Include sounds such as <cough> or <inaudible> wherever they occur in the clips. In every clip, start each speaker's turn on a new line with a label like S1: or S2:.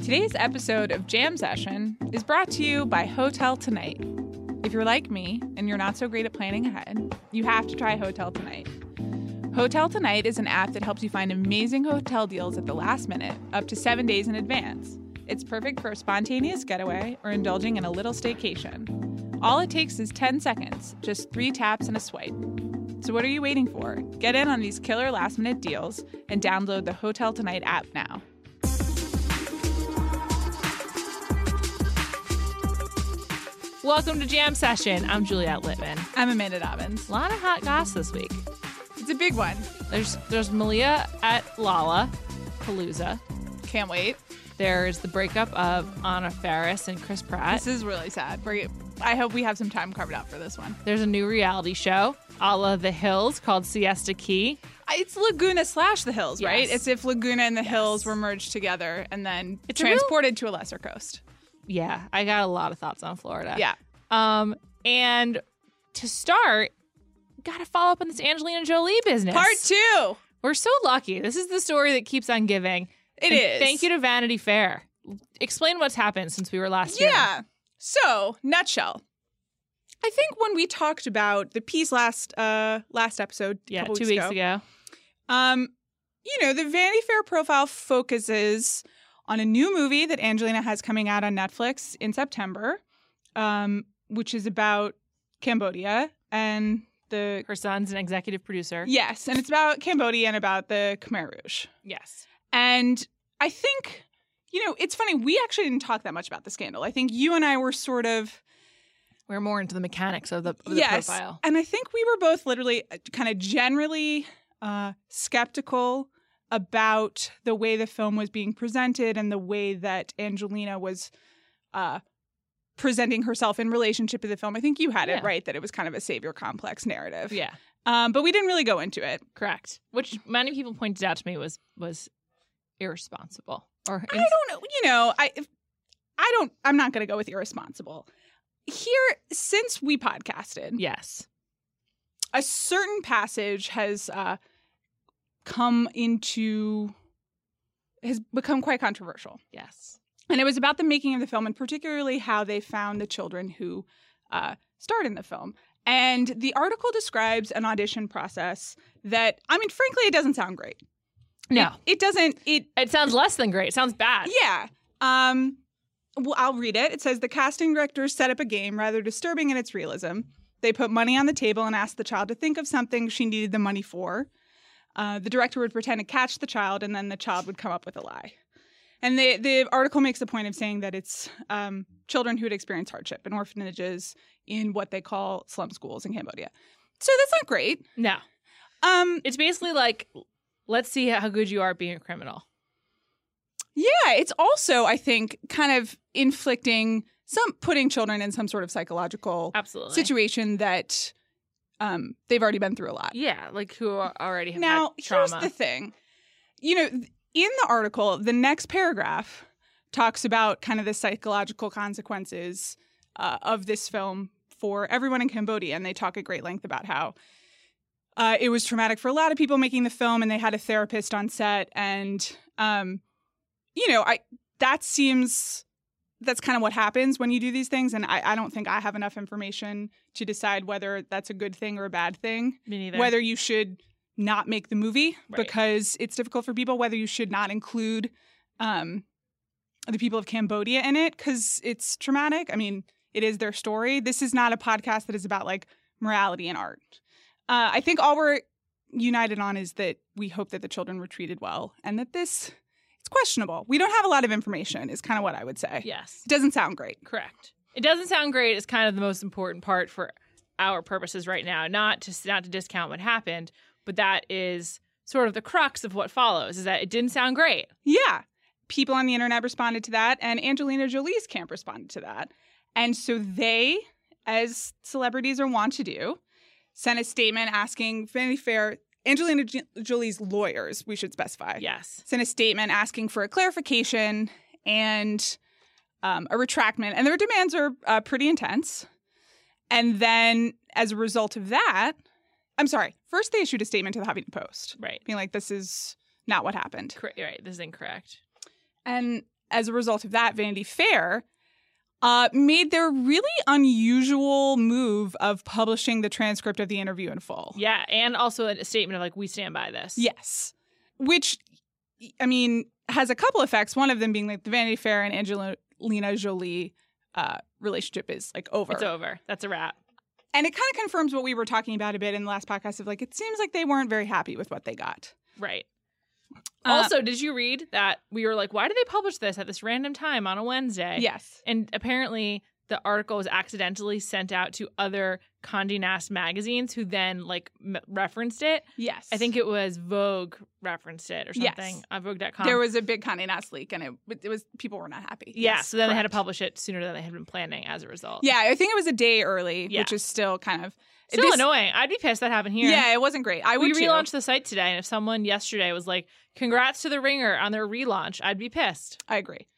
S1: Today's episode of Jam Session is brought to you by Hotel Tonight. If you're like me and you're not so great at planning ahead, you have to try Hotel Tonight. Hotel Tonight is an app that helps you find amazing hotel deals at the last minute, up to seven days in advance. It's perfect for a spontaneous getaway or indulging in a little staycation. All it takes is 10 seconds, just three taps and a swipe. So, what are you waiting for? Get in on these killer last minute deals and download the Hotel Tonight app now.
S2: Welcome to Jam Session. I'm Juliette Littman.
S1: I'm Amanda Dobbins.
S2: A lot of hot goss this week.
S1: It's a big one.
S2: There's there's Malia at Lala Palooza.
S1: Can't wait.
S2: There's the breakup of Anna Faris and Chris Pratt.
S1: This is really sad. We're, I hope we have some time carved out for this one.
S2: There's a new reality show, a la The Hills, called Siesta Key.
S1: It's Laguna slash the Hills, right?
S2: Yes.
S1: It's if Laguna and the Hills were merged together and then
S2: It's a real-
S1: transported to a lesser coast.
S2: Yeah, I got a lot of thoughts on Florida.
S1: Yeah.
S2: Um, and to start, gotta follow up on this Angelina Jolie business.
S1: Part two.
S2: We're so lucky. This is the story that keeps on giving.
S1: It is.
S2: And Thank you to Vanity Fair. Explain what's happened since we were last here.
S1: Yeah. So, nutshell. I think when we talked about the piece last uh last episode, a
S2: Yeah,
S1: couple
S2: two weeks ago.
S1: Um, you know, the Vanity Fair profile focuses on a new movie that Angelina has coming out on Netflix in September, um, which is about Cambodia and the
S2: Her son's an executive producer.
S1: yes, and it's about Cambodia and about the Khmer Rouge.
S2: Yes.
S1: And I think, you know, it's funny. We actually didn't talk that much about the scandal. I think you and I were sort of
S2: We're more into the mechanics of the, of the
S1: yes.
S2: profile.
S1: And I think we were both literally kind of generally uh, skeptical about the way the film was being presented and the way that Angelina was uh, presenting herself in relationship to the film. I think you had
S2: Yeah.
S1: it right that it was kind of a savior complex narrative.
S2: Yeah,
S1: Um, but we didn't really go into it.
S2: correct. Which many people pointed out to me was was irresponsible. Or
S1: I don't know. You know, I if- I don't. I'm not going to go with irresponsible. Here, since we podcasted,
S2: yes,
S1: a certain passage has uh, come into has become quite controversial
S2: yes,
S1: and it was about the making of the film and particularly how they found the children who uh, starred in the film and the article describes an audition process that i mean frankly it doesn't sound great
S2: no.
S1: it doesn't it
S2: It, sounds less than great. It sounds bad.
S1: yeah. Um, well, I'll read it. It says the casting directors set up a game rather disturbing in its realism. They put money on the table and asked the child to think of something she needed the money for. Uh, the director would pretend to catch the child, and then the child would come up with a lie. And the the article makes a point of saying that it's um, children who had experienced hardship in orphanages in what they call slum schools in Cambodia. So that's not great.
S2: No,
S1: Um,
S2: it's basically like let's see how good you are at being a criminal.
S1: Yeah, it's also, I think, kind of inflicting some putting children in some sort of psychological
S2: Absolutely.
S1: situation that um, they've already been through a lot.
S2: yeah, like who are already have
S1: now,
S2: had trauma.
S1: here's the thing. You know, th- in the article, the next paragraph talks about kind of the psychological consequences uh, of this film for everyone in Cambodia, and they talk at great length about how uh, it was traumatic for a lot of people making the film, and they had a therapist on set, and um, you know, I that seems that's kind of what happens when you do these things, and I, I don't think I have enough information to decide whether that's a good thing or a bad thing
S2: Me neither.
S1: whether you should not make the movie
S2: Right.
S1: because it's difficult for people, whether you should not include um, the people of Cambodia in it because it's traumatic. I mean, it is their story. This is not a podcast that is about like morality and art. Uh, I think all we're united on is that we hope that the children were treated well and that this it's questionable. We don't have a lot of information, is kind of what I would say.
S2: yes,
S1: It doesn't sound great.
S2: correct. It doesn't sound great. It's kind of the most important part for our purposes right now. Not to not to discount what happened, but that is sort of the crux of what follows. Is that it didn't sound great.
S1: Yeah. People on the internet responded to that, and Angelina Jolie's camp responded to that. And so they, as celebrities are wont to do, sent a statement asking Vanity Fair, Angelina J- Jolie's lawyers, we should specify,
S2: Yes.
S1: sent a statement asking for a clarification and um, a retractment. And their demands are uh, pretty intense. And then, as a result of that, I'm sorry, first they issued a statement to the Huffington Post
S2: Right.
S1: being like, this is not what happened.
S2: Cor- right. This is incorrect.
S1: And as a result of that, Vanity Fair uh, made their really unusual move of publishing the transcript of the interview in full.
S2: Yeah, and also a statement of like we stand by this.
S1: Yes. Which, I mean, has a couple effects. One of them being like the Vanity Fair and Angelina Jolie uh, relationship is like over.
S2: It's over. That's a wrap.
S1: And it kind of confirms what we were talking about a bit in the last podcast of like, it seems like they weren't very happy with what they got.
S2: Right.
S1: Uh,
S2: also, did you read that we were like, why did they publish this at this random time on a Wednesday?
S1: Yes.
S2: And apparently the article was accidentally sent out to other Condé Nast magazines who then like m- referenced it.
S1: Yes.
S2: I think it was Vogue referenced it or
S1: Yes.
S2: something on Vogue.com.
S1: there was a big Condé Nast leak and it, it was, people were not happy.
S2: yeah,
S1: Yes,
S2: so then they had to
S1: correct.
S2: publish it sooner than they had been planning as a result.
S1: Yeah, I think it was a day early,
S2: Yeah.
S1: which is still kind of
S2: Still
S1: this-
S2: annoying. I'd be pissed that happened here.
S1: Yeah, it wasn't great. I
S2: we
S1: would too.
S2: relaunched the site today, and if someone yesterday was like, "Congrats to the Ringer on their relaunch," I'd be pissed.
S1: I agree.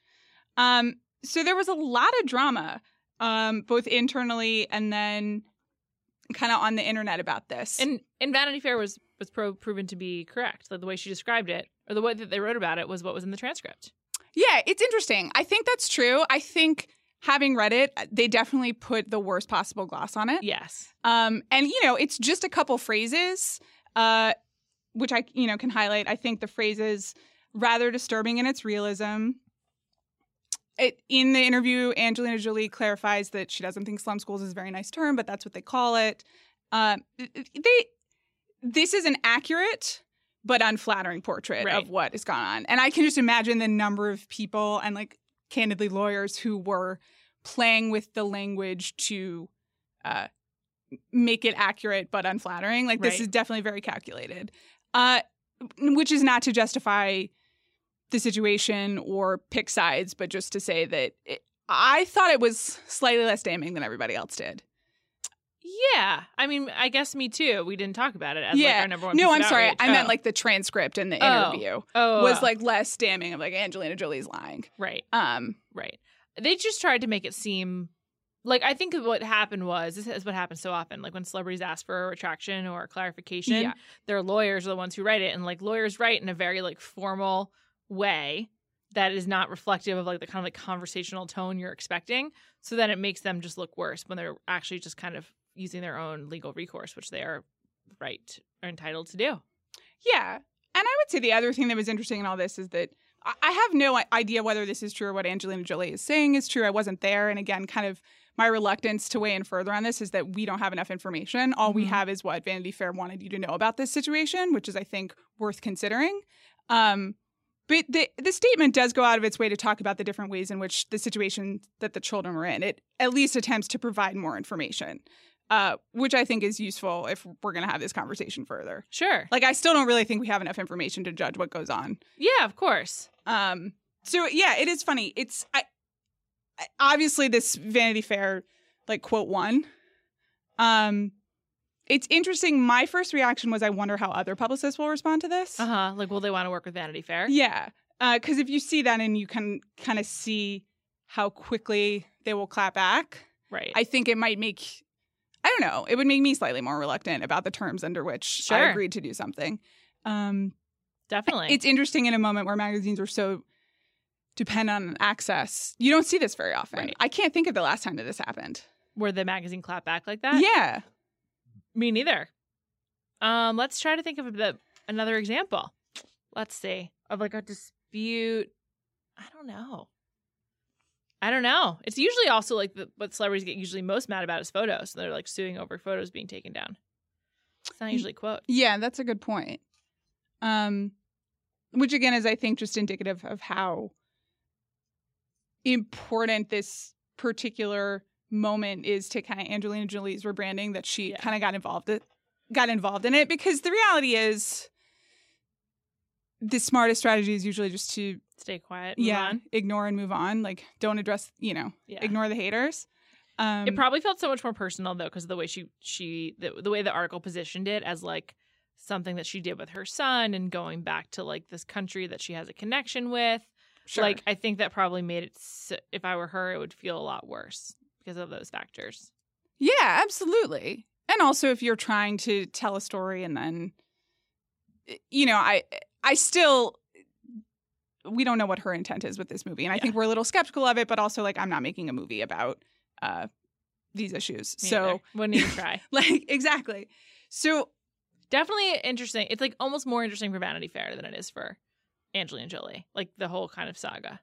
S1: Um, so there was a lot of drama, um, both internally and then kind of on the internet about this.
S2: And and Vanity Fair was was pro- proven to be correct. Like the way she described it, or the way that they wrote about it, was what was in the transcript.
S1: yeah, it's interesting. I think that's true. I think having read it, they definitely put the worst possible gloss on it.
S2: Yes,
S1: Um, and you know, it's just a couple phrases, uh, which I you know can highlight. I think the phrase is rather disturbing in its realism. It, in the interview, Angelina Jolie clarifies that she doesn't think slum schools is a very nice term, but that's what they call it. Um, they, this is an accurate but unflattering portrait
S2: Right.
S1: of what has gone on, and I can just imagine the number of people and like candidly lawyers who were playing with the language to uh, make it accurate but unflattering. Like this
S2: Right.
S1: is definitely very calculated, uh, which is not to justify the situation or pick sides, but just to say that it, I thought it was slightly less damning than everybody else did.
S2: yeah. I mean, I guess me too. We didn't talk about it as like
S1: Yeah.
S2: our number one.
S1: No,
S2: piece
S1: I'm
S2: of
S1: sorry.
S2: outrage.
S1: I
S2: Oh.
S1: meant like the transcript and the
S2: Oh.
S1: interview
S2: oh,
S1: was
S2: uh,
S1: like less damning of like Angelina Jolie's lying.
S2: right,
S1: Um,
S2: right. They just tried to make it seem. Like I think what happened was this is what happens so often. Like when celebrities ask for a retraction or clarification,
S1: yeah.
S2: their lawyers are the ones who write it and like lawyers write in a very like formal way that is not reflective of like the kind of like conversational tone you're expecting so then it makes them just look worse when they're actually just kind of using their own legal recourse which they are right or entitled to do
S1: Yeah. And I would say the other thing that was interesting in all this is that I- I have no i- idea whether this is true or what Angelina Jolie is saying is true. I wasn't there. And again, kind of my reluctance to weigh in further on this is that we don't have enough information. All we
S2: Mhm.
S1: have is what Vanity Fair wanted you to know about this situation, which is, I think, worth considering. Um, but the, the statement does go out of its way to talk about the different ways in which the situation that the children were in, it at least attempts to provide more information, uh, which I think is useful if we're going to have this conversation further
S2: sure
S1: like i still don't really think we have enough information to judge what goes on
S2: yeah of course
S1: um so yeah it is funny it's i, I obviously this vanity fair like quote one um it's interesting my first reaction was i wonder how other publicists will respond to this
S2: uh-huh like will they want to work with vanity fair
S1: yeah because if you see that and you can kind of see how quickly they will clap back
S2: right
S1: i think it might make i don't know it would make me slightly more reluctant about the terms under which
S2: Sure.
S1: i agreed to do something um
S2: definitely
S1: it's interesting in a moment where magazines are so dependent on access. You don't see this very often.
S2: Right.
S1: I can't think of the last time that this happened.
S2: were the magazine clap back like that
S1: yeah.
S2: Me neither. Um, let's try to think of the, another example. Let's see of like a dispute. I don't know. I don't know. It's usually also like the, what celebrities get usually most mad about is photos. They're like suing over photos being taken down. It's
S1: Mm.
S2: not usually a quote.
S1: Yeah, that's a good point. Um which again is I think just indicative of how important this particular moment is to kind of Angelina Jolie's rebranding that she
S2: Yeah.
S1: kind of got involved got involved in it because the reality is the smartest strategy is usually just to
S2: Stay quiet. Move
S1: yeah
S2: On.
S1: ignore and move on like don't address you know
S2: Yeah.
S1: ignore the haters um
S2: it probably felt so much more personal though because the way she she the, the way the article positioned it as like something that she did with her son and going back to like this country that she has a connection with
S1: sure.
S2: Like I think that probably made it. s if I were her, it would feel a lot worse because of those factors.
S1: yeah absolutely and also if you're trying to tell a eh, story and then you know i i still we don't know what her intent is with this movie, and I think we're a little skeptical of it. But also, like, I'm not making a movie about uh, these issues,
S2: Me
S1: so
S2: either. wouldn't even try.
S1: <laughs> like exactly. So
S2: Definitely interesting. It's like almost more interesting for Vanity Fair than it is for Angelina Jolie. Like the whole kind of saga.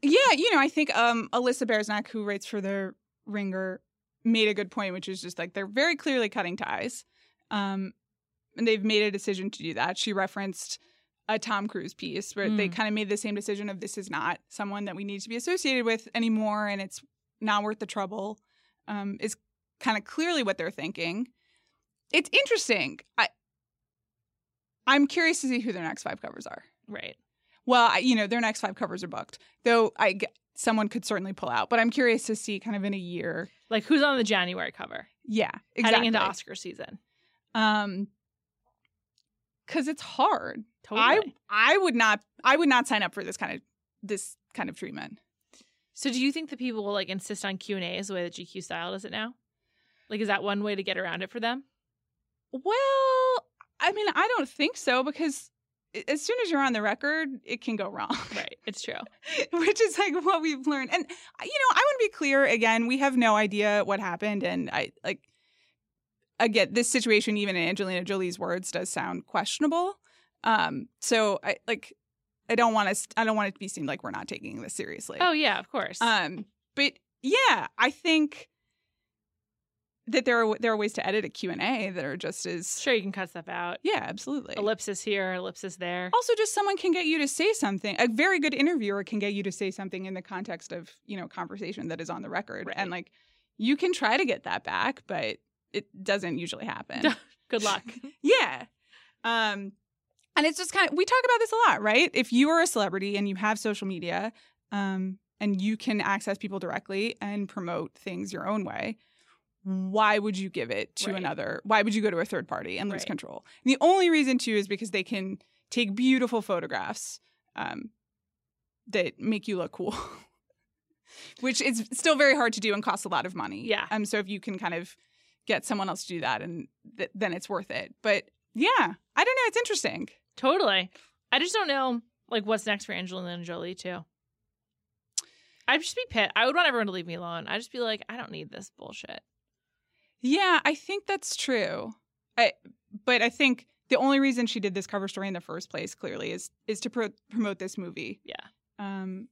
S1: Yeah, you know, I think um Alyssa Beresnack, who writes for the Ringer, made a good point, which is just like they're very clearly cutting ties. Um and they've made a decision to do that. She referenced a Tom Cruise piece where they
S2: Mm.
S1: kind of made the same decision of this is not someone that we need to be associated with anymore and it's not worth the trouble. Um is kind of clearly what they're thinking. It's interesting. I I'm curious to see who their next five covers are.
S2: Right.
S1: Well, I, you know, their next five covers are booked, though. I g- someone could certainly pull out, but I'm curious to see kind of in a year.
S2: Like who's on the January cover?
S1: Yeah, exactly.
S2: Heading into Oscar season.
S1: Um, because it's hard.
S2: Totally.
S1: I I would not I would not sign up for this kind of this kind of treatment.
S2: so do you think that people will like insist on Q and A's the way that GQ style does it now? Like is that one way to get around it for them?
S1: Well, I mean, I don't think so because a- as soon as you're on the record, it can go wrong.
S2: Right. It's true.
S1: <laughs> which is like what we've learned. And uh, you know, I want to be clear again, we have no idea what happened and I like again, this situation even in Angelina Jolie's words does sound questionable. Um so I like I don't want us I don't want it to be seemed like we're not taking this seriously.
S2: Oh yeah, of course.
S1: Um but yeah, I think that there are there are ways to edit a Q&A that are just as
S2: sure you can cut stuff out.
S1: Yeah, absolutely.
S2: Ellipsis here, ellipsis there.
S1: Also, just someone can get you to say something. A very good interviewer can get you to say something in the context of you know conversation that is on the record,
S2: Right.
S1: and like you can try to get that back, but it doesn't usually happen.
S2: Don't- Good luck.
S1: <laughs> yeah, um, and it's just kind of we talk about this a lot, right? If you are a celebrity and you have social media, um, and you can access people directly and promote things your own way. Why would you give it to
S2: Right.
S1: another? Why would you go to a third party and lose
S2: Right.
S1: control? And the only reason too is because they can take beautiful photographs um, that make you look cool, <laughs> which is still very hard to do and costs a lot of money.
S2: Yeah.
S1: Um. So if you can kind of get someone else to do that, and th- then it's worth it. But yeah, I don't know. It's interesting.
S2: Totally. I just don't know like what's next for Angelina Jolie too. I'd just be pit. I would want everyone to leave me alone. I'd just be like, I don't need this bullshit.
S1: Yeah, I think that's true. I, but I think the only reason she did this cover story in the first place, clearly, is is to pro- promote this movie.
S2: Yeah.
S1: Um.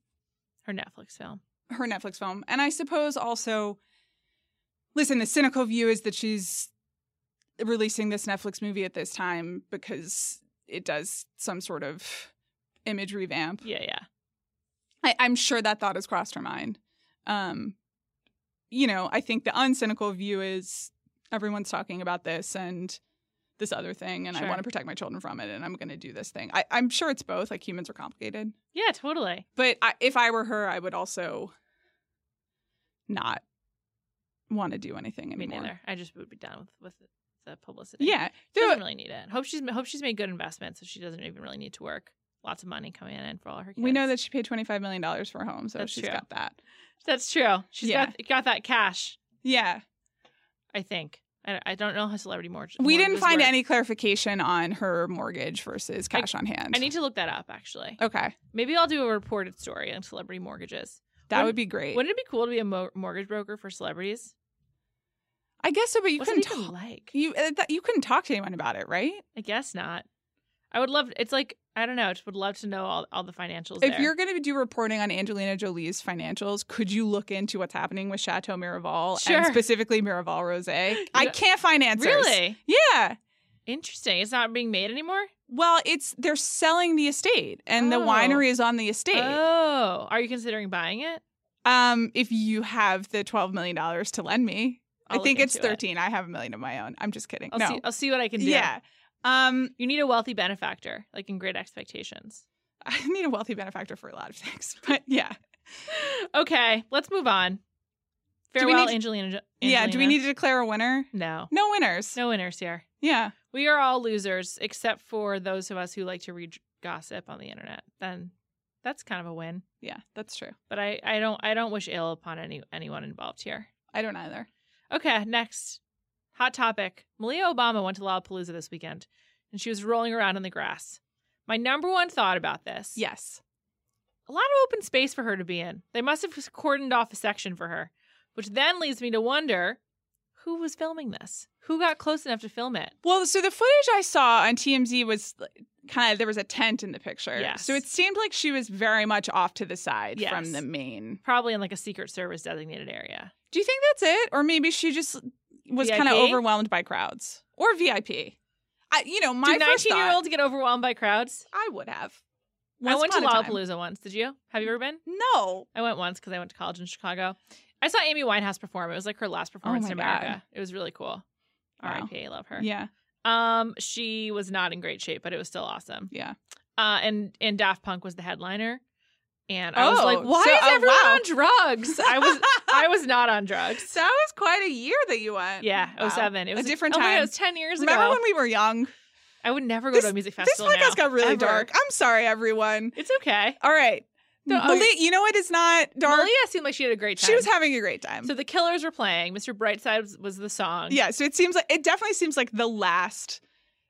S2: Her Netflix film.
S1: her Netflix film. And I suppose also, listen, the cynical view is that she's releasing this Netflix movie at this time because it does some sort of image revamp.
S2: Yeah, yeah.
S1: I, I'm sure that thought has crossed her mind. Um, you know, I think the uncynical view is everyone's talking about this and this other thing, and I
S2: Sure.
S1: want to protect my children from it, and I'm going to do this thing. I, I'm sure it's both. Like humans are complicated.
S2: Yeah, totally.
S1: But I, if I were her, I would also not want to do anything
S2: Me
S1: anymore.
S2: neither. I just would be done with, with the publicity.
S1: Yeah,
S2: She
S1: though-
S2: doesn't really need it. Hope she's hope she's made good investments so she doesn't even really need to work. Lots of money coming in for all her kids.
S1: we know that she paid twenty five million dollars for a home, so
S2: That's
S1: she's
S2: true.
S1: got that.
S2: That's true. She's
S1: Yeah.
S2: got got that cash,
S1: Yeah,
S2: I think. I, I don't know how celebrity mortgage.
S1: we didn't
S2: mortgages
S1: find
S2: work.
S1: any clarification on her mortgage versus cash on hand.
S2: I need to look that up actually.
S1: okay,
S2: Maybe I'll do a reported story on celebrity mortgages.
S1: that
S2: Wouldn't-
S1: would be great.
S2: Wouldn't it be cool to be a mo- mortgage broker for celebrities?
S1: I guess so, but you
S2: What's
S1: couldn't
S2: it even
S1: talk.
S2: like?
S1: You uh, th- you couldn't talk to anyone about it, right?
S2: I guess not. I would love. It's like I don't know. I just would love to know all, all the financials.
S1: If
S2: there.
S1: you're going to do reporting on Angelina Jolie's financials, could you look into what's happening with Chateau Miraval and
S2: Sure.
S1: specifically Miraval Rosé? I
S2: Yeah.
S1: can't find answers.
S2: really
S1: Yeah.
S2: interesting, it's not being made anymore.
S1: Well, it's they're selling the estate, and
S2: Oh.
S1: the winery is on the estate.
S2: Oh, are you considering buying it?
S1: Um, if you have the twelve million dollars to lend me,
S2: I'll
S1: I
S2: look
S1: think it's
S2: into it.
S1: thirteen. I have a million of my own. I'm just kidding.
S2: I'll
S1: no,
S2: see. I'll see what I can do.
S1: yeah. Um, <laughs>
S2: You need a wealthy benefactor, like in Great <gasps> Expectations.
S1: I need a wealthy benefactor for a lot of things, <laughs> but yeah,
S2: Okay, let's move on.
S1: Do we
S2: Farewell,
S1: need-
S2: Angelina, Angelina.
S1: yeah. Do we need to declare a winner?
S2: No, <laughs>
S1: No winners.
S2: no winners here.
S1: Yeah.
S2: We are all losers, except for those of us who like to read gossip on the internet. Then that's kind of a win.
S1: Yeah, that's true.
S2: But I, I don't I don't wish ill upon any anyone involved here.
S1: I don't either.
S2: Okay, next. Hot topic. Malia Obama went to Lollapalooza this weekend and she was rolling around in the grass. My number one thought about this
S1: Yes.
S2: a lot of open space for her to be in. They must have cordoned off a section for her, which then leads me to wonder who was filming this? Who got close enough to film it?
S1: Well, so the footage I saw on TMZ was kind of there was a tent in the picture.
S2: Yes.
S1: So it seemed like she was very much off to the side
S2: Yes.
S1: from the main.
S2: Probably in like a Secret Service designated area.
S1: Do you think that's it? Or maybe she just was kind of
S2: VIP?
S1: overwhelmed by crowds or VIP. I, you know, my
S2: Do
S1: 19
S2: 19 year olds get overwhelmed by crowds?
S1: I would have.
S2: I
S1: Once
S2: went to
S1: upon a time.
S2: Lollapalooza once. Did you? Have you ever been?
S1: No.
S2: I went once because I went to college in Chicago. I saw Amy Winehouse perform. It was like her last performance
S1: Oh my
S2: in America. It was really cool.
S1: Wow.
S2: R.I.P. I love her.
S1: Yeah.
S2: Um, she was not in great shape, but it was still awesome.
S1: Yeah.
S2: Uh, and and Daft Punk was the headliner, and I was
S1: Oh,
S2: like, why
S1: so-
S2: is
S1: oh,
S2: everyone
S1: wow.
S2: on drugs?
S1: <laughs>
S2: I was I was not on drugs.
S1: So that was quite a year that you went.
S2: <laughs> Yeah,
S1: Wow.
S2: 07. It was
S1: a different
S2: oh my God, it
S1: time.
S2: was ten years
S1: Remember
S2: ago.
S1: when we were young?
S2: I would never go to a music
S1: This
S2: festival.
S1: podcast
S2: now,
S1: got really
S2: ever.
S1: dark. I'm sorry, everyone.
S2: It's okay.
S1: All right.
S2: No,
S1: Mali- you know what? It's not dark.
S2: Malia seemed like she had a great time.
S1: she was having a great time.
S2: so the Killers were playing. Mr. Brightside was, was the song.
S1: yeah. So it seems like it definitely seems like the last.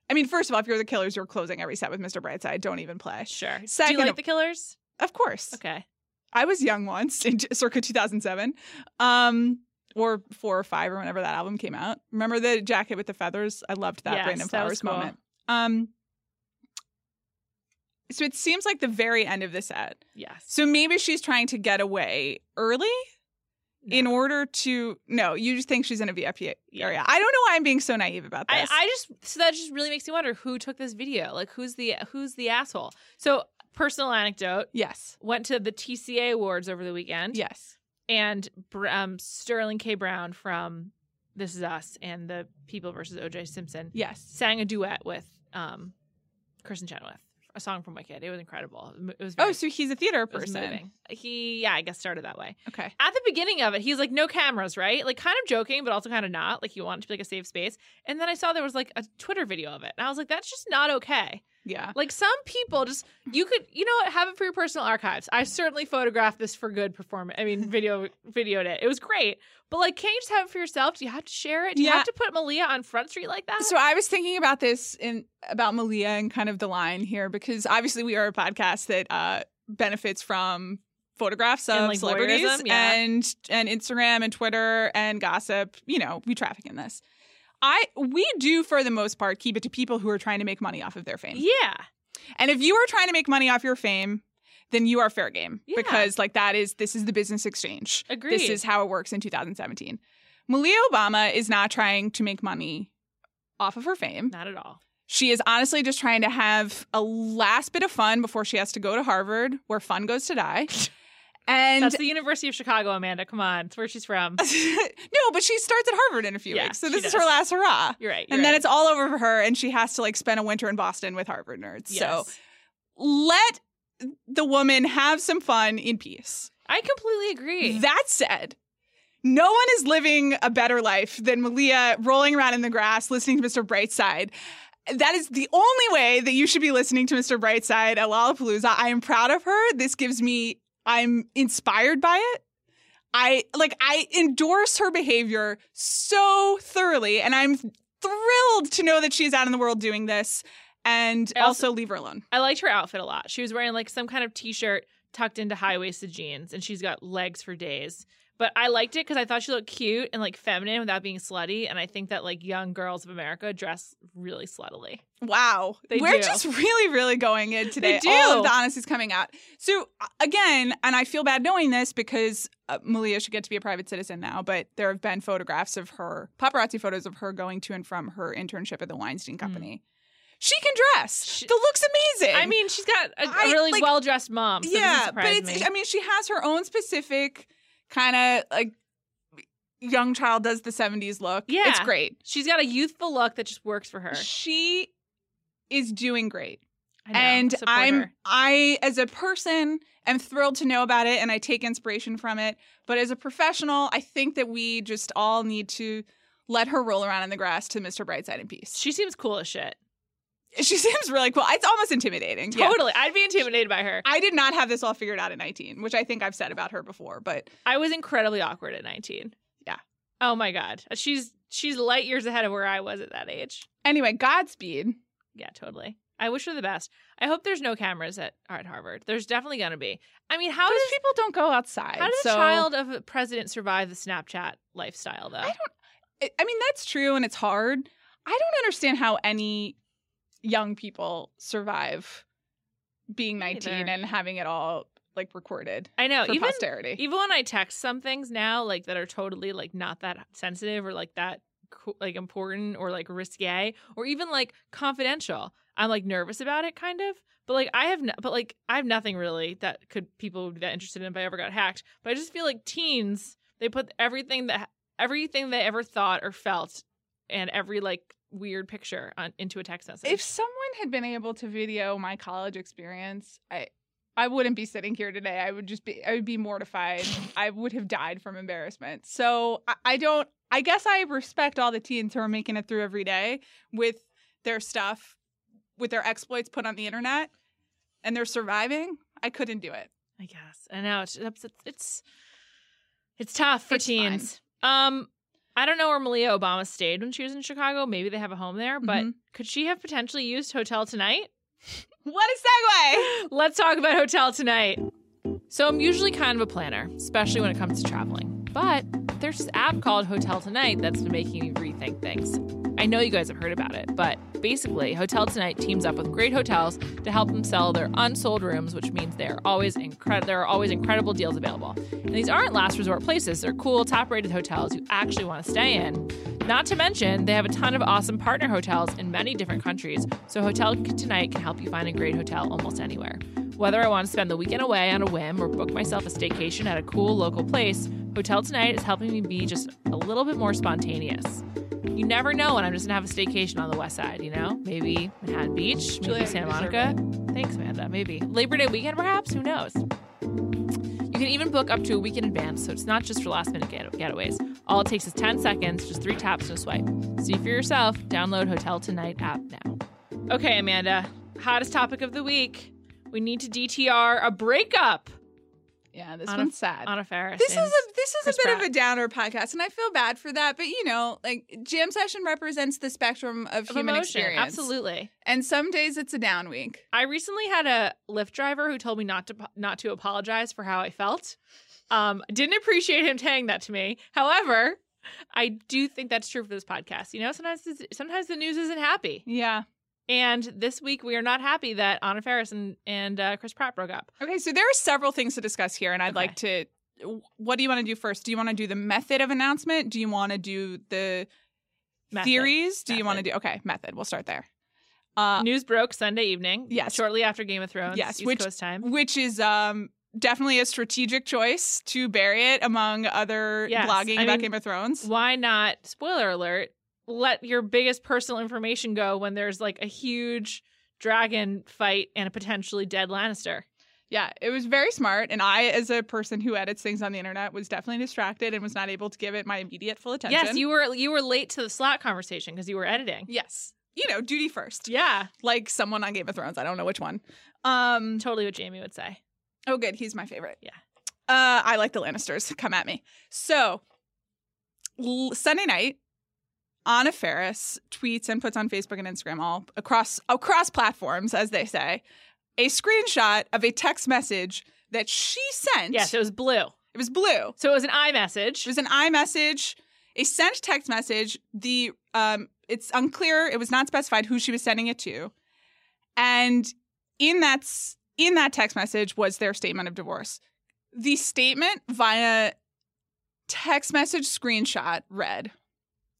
S1: I mean, first of all, if you're the Killers, you're closing every set with Mr. Brightside. Don't even play.
S2: sure. Do
S1: Second
S2: you like
S1: of-
S2: the Killers?
S1: Of course.
S2: Okay.
S1: I was young once <laughs> in circa 2007, um, or four or five or whenever that album came out. Remember the jacket with the feathers? I loved that
S2: Yes,
S1: Brandon
S2: that
S1: Flowers
S2: was cool.
S1: moment. Um, so it seems like the very end of the set.
S2: Yes.
S1: So maybe she's trying to get away early in
S2: No.
S1: order to. No, you just think she's in a VIP
S2: Yeah.
S1: area. I don't know why I'm being so naive about
S2: I,
S1: this.
S2: I just so that just really makes me wonder who took this video. Like who's the who's the asshole? So personal anecdote.
S1: yes,
S2: Went to the TCA Awards over the weekend.
S1: yes,
S2: and Br- um, Sterling K. Brown from This Is Us and the People versus O.J. Simpson
S1: yes.
S2: sang a duet with um, Kristen Chenoweth, a song from Wicked. It was incredible. It mo- It was very,
S1: Oh, so he's a theater
S2: it was
S1: person.
S2: moving. He, yeah, I guess started that way.
S1: Okay.
S2: At the beginning of it, he's like, no cameras, right? Like, kind of joking, but also kind of not. Like, he wanted to be like a safe space. And then I saw there was like a Twitter video of it, and I was like, that's just not okay.
S1: Yeah.
S2: Like, some people just you could, you know what, have it for your personal archives. I certainly photographed this for good performance.
S1: <laughs>
S2: I mean, video videoed it. It was great. But like, can't you just have it for yourself? Do you have to share it? Do you
S1: Yeah.
S2: have to put Malia on Front Street like that?
S1: So I was thinking about this in about Malia and kind of the line here because obviously we are a podcast that uh, benefits from photographs of
S2: And, like,
S1: celebrities
S2: voyeurism, yeah.
S1: and and Instagram and Twitter and gossip. You know, we traffic in this. I we do for the most part keep it to people who are trying to make money off of their fame.
S2: yeah.
S1: And if you are trying to make money off your fame, then you are fair game
S2: Yeah.
S1: because like that is this is the business exchange.
S2: Agreed.
S1: This is how it works in 2017. Malia Obama is not trying to make money off of her fame.
S2: Not at all.
S1: She is honestly just trying to have a last bit of fun before she has to go to Harvard, where fun goes to
S2: <laughs>
S1: die. And
S2: That's the University of Chicago, Amanda. Come on. It's where she's
S1: <laughs>
S2: from.
S1: no, but she starts at Harvard in a few
S2: Yeah,
S1: weeks. So
S2: she
S1: this is her
S2: does.
S1: last hurrah.
S2: You're right.
S1: and then it's all over for her, and she has to like spend a winter in Boston with Harvard nerds. So
S2: So
S1: let the woman have some fun in peace.
S2: I completely agree.
S1: That said, no one is living a better life than Malia rolling around in the grass listening to Mr. Brightside. That is the only way that you should be listening to Mr. Brightside at Lollapalooza. I am proud of her. This gives me, I'm inspired by it. I like, I endorse her behavior so thoroughly, and I'm thrilled to know that she's out in the world doing this. And
S2: I also-
S1: also leave her alone.
S2: I liked her outfit a lot. She was wearing like some kind of t-shirt tucked into high-waisted jeans, and she's got legs for days. But I liked it because I thought she looked cute and like feminine without being slutty. And I think that like young girls of America dress really sluttily.
S1: Wow.
S2: They
S1: We're
S2: do.
S1: just really, really going in today.
S2: do.
S1: All of the honesty's coming out. So, uh, again, and I feel bad knowing this because uh, Malia should get to be a private citizen now, but there have been photographs of her, paparazzi photos of her going to and from her internship at the Weinstein
S2: Hmm.
S1: Company. She can dress.
S2: She-
S1: the look's amazing.
S2: I mean, she's got a, a
S1: I,
S2: really
S1: like-
S2: well-dressed mom. So it doesn't
S1: yeah, but
S2: surprise
S1: it's,
S2: me.
S1: I mean, she has her own specific kind of like young child does the 70s look. It's
S2: Yeah.
S1: great.
S2: she's got a youthful look that just works for her.
S1: She is doing great.
S2: I know.
S1: and
S2: Support
S1: I'm
S2: her.
S1: I as a person am thrilled to know about it and I take inspiration from it. But as a professional, I think that we just all need to let her roll around in the grass to Mr. Brightside in peace. <laughs>
S2: She seems cool as shit.
S1: She seems really cool. It's almost intimidating. Yeah.
S2: Totally, I'd be intimidated by her.
S1: I did not have this all figured out at 19, which I think I've said about her before, but
S2: I was incredibly awkward at 19.
S1: Yeah.
S2: Oh my god. She's she's light years ahead of where I was at that age.
S1: anyway, Godspeed.
S2: Yeah, totally. I wish her the best. I hope there's no cameras at, at Harvard. There's definitely going to be. I mean, how
S1: Those
S2: does
S1: people don't go outside.
S2: how does
S1: so
S2: a child of a president survive the Snapchat lifestyle though?
S1: I don't. I- I mean, that's true, and it's hard. I don't understand how any young people survive being
S2: Me neither.
S1: 19 and having it all like recorded
S2: I know.
S1: for
S2: even
S1: posterity.
S2: even when I text some things now, like that are totally like not that sensitive or like that co- like important or like risque or even like confidential, I'm like nervous about it, kind of. But like I have, no, but like I have nothing really that could people would be that interested in if I ever got hacked. But I just feel like teens, they put everything that everything they ever thought or felt, and every like weird picture on, into a text message.
S1: if someone had been able to video my college experience, I I wouldn't be sitting here today. I would just be I would be
S2: <laughs>
S1: mortified. I would have died from embarrassment. So I, I don't I guess I respect all the teens who are making it through every day with their stuff, with their exploits put on the internet, and they're surviving. I couldn't do it.
S2: I guess. I know it's it's it's, it's tough for
S1: It's fine.
S2: teens. Um, I don't know where Malia Obama stayed when she was in Chicago. Maybe they have a home there, but
S1: Mhm.
S2: could she have potentially used Hotel Tonight? <gasps>
S1: What a
S2: <laughs>
S1: segue!
S2: Let's talk about Hotel Tonight. So I'm usually kind of a planner, especially when it comes to traveling. But there's this app called Hotel Tonight that's been making me rethink things. I know you guys have heard about it, but basically, Hotel Tonight teams up with great hotels to help them sell their unsold rooms, which means they are always incre- there are always incredible deals available. And these aren't last resort places; they're cool, top-rated hotels you actually want to stay in. Not to mention, they have a ton of awesome partner hotels in many different countries, so Hotel Tonight can help you find a great hotel almost anywhere. Whether I want to spend the weekend away on a whim or book myself a staycation at a cool local place, Hotel Tonight is helping me be just a little bit more spontaneous. You never know when I'm just gonna have a staycation on the west side, you know? Maybe Manhattan Beach,
S1: Julia,
S2: maybe
S1: you
S2: Santa
S1: deserve
S2: Monica. Thanks, Amanda. Maybe. Labor Day weekend, perhaps? Who knows? You can even book up to a week in advance, so it's not just for last minute get- getaways. All it takes is 10 seconds, just three taps and a swipe. See for yourself. Download Hotel Tonight app now. Okay, Amanda, hottest topic of the week. We need to DTR a breakup
S1: Yeah, this
S2: On a-
S1: one's sad.
S2: on a Ferris.
S1: this is a this is
S2: Chris
S1: a bit of
S2: Pratt.
S1: a downer podcast, and I feel bad for that. But you know, like jam session represents the spectrum of,
S2: of
S1: human
S2: emotion.
S1: experience.
S2: Absolutely.
S1: And some days it's a down week.
S2: I recently had a Lyft driver who told me not to not to apologize for how I felt. Um, didn't appreciate him saying that to me. However, I do think that's true for this podcast. You know, sometimes this- sometimes the news isn't happy,
S1: Yeah.
S2: and this week we are not happy that Anna Faris and and uh, Chris Pratt broke up.
S1: Okay, so there are several things to discuss here, and I'd
S2: Okay.
S1: like to. What do you want to do first? Do you want to do the method of announcement? Do you want to do the
S2: Method.
S1: theories? Do you want to
S2: Method.
S1: do okay method? We'll start there. Uh,
S2: News broke Sunday evening.
S1: Yes.
S2: shortly after Game of Thrones.
S1: Yes,
S2: East
S1: which-
S2: Coast time.
S1: which is um definitely a strategic choice to bury it among other
S2: Yes,
S1: blogging
S2: I
S1: about
S2: mean,
S1: Game of Thrones.
S2: why not spoiler alert let your biggest personal information go when there's like a huge dragon fight and a potentially dead lannister
S1: Yeah, it was very smart. And I, as a person who edits things on the internet, was definitely distracted and was not able to give it my immediate full attention.
S2: yes you were you were late to the slot conversation because you were editing
S1: Yes. You know, duty first.
S2: yeah
S1: Like someone on Game of Thrones. I don't know which one. Um,
S2: totally what jamie would say
S1: oh, good. He's my favorite.
S2: Yeah.
S1: Uh, I like the Lannisters. Come at me. So, l- Sunday night, Anna Ferris tweets and puts on Facebook and Instagram all across across platforms, as they say, a screenshot of a text message that she sent.
S2: yes it was blue
S1: it was blue.
S2: so it was an i
S1: It
S2: message
S1: was an iMessage, a sent text message. The um, it's unclear. It was not specified who she was sending it to, and in that s- in that text message was their statement of divorce. The statement via text message screenshot read,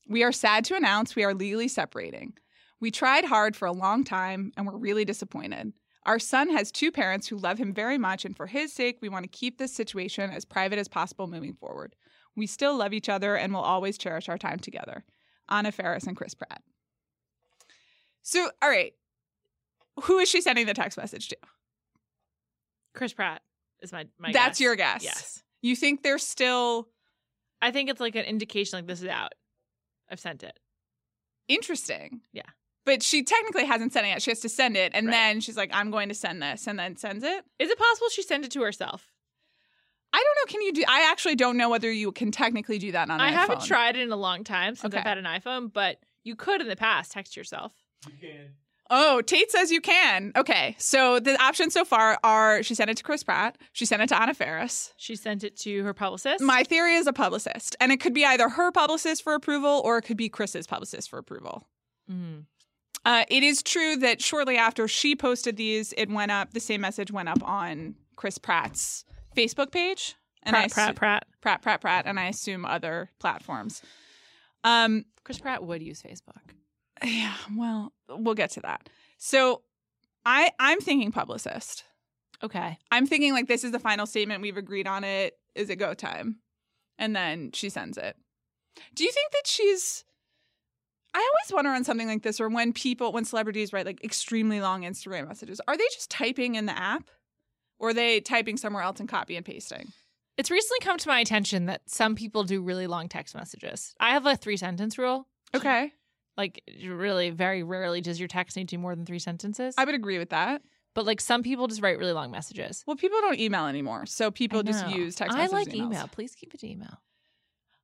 S1: "We are sad to announce we are legally separating. We tried hard for a long time and we're really disappointed." Our son has two parents who love him very much, and for his sake, we want to keep this situation as private as possible moving forward. We still love each other and will always cherish our time together. Anna Faris and Chris Pratt. So, all right. Who is she sending the text message to?
S2: chris pratt is my my
S1: That's
S2: guess.
S1: your guess.
S2: yes
S1: You think they're still
S2: i think it's like an indication like this is out i've sent it
S1: interesting.
S2: Yeah.
S1: But she technically hasn't sent it yet. She has to send it. And
S2: Right.
S1: then she's like, I'm going to send this, and then sends it.
S2: is it possible she sent it to herself
S1: I don't know. Can you do I actually don't know whether you can technically do that on
S2: i
S1: an
S2: haven't
S1: iPhone.
S2: tried it in a long time since
S1: Okay.
S2: i've had an iphone but you could in the past text yourself
S3: You can.
S1: Oh, Tate says you can. Okay. So the options so far are she sent it to Chris Pratt, she sent it to Anna Faris.
S2: She sent it to her publicist.
S1: My theory is a publicist, and it could be either her publicist for approval or it could be Chris's publicist for approval.
S2: Mm.
S1: Uh, it is true that shortly after she posted these, it went up, the same message went up on Chris Pratt's Facebook page. And I
S2: Pratt,
S1: assu-
S2: Pratt, Pratt.
S1: Pratt, Pratt, Pratt, and I assume other platforms. Um,
S2: Chris Pratt would use Facebook.
S1: yeah, well, we'll get to that. So I, I'm thinking publicist.
S2: Okay.
S1: I'm thinking like this is the final statement. We've agreed on it. Is it go time? And then she sends it. Do you think that she's I always wonder on something like this or when people when celebrities write like extremely long Instagram messages, are they just typing in the app? Or are they typing somewhere else and copy and pasting?
S2: It's recently come to my attention that some people do really long text messages. I have a three sentence rule.
S1: Okay.
S2: Like, really, very rarely does your text need to be more than three sentences.
S1: I would agree with that.
S2: but like, some people just write really long messages.
S1: Well, people don't email anymore, so people
S2: I
S1: just
S2: know.
S1: use text
S2: I
S1: messages.
S2: like
S1: and emails.
S2: email. Please keep it to email.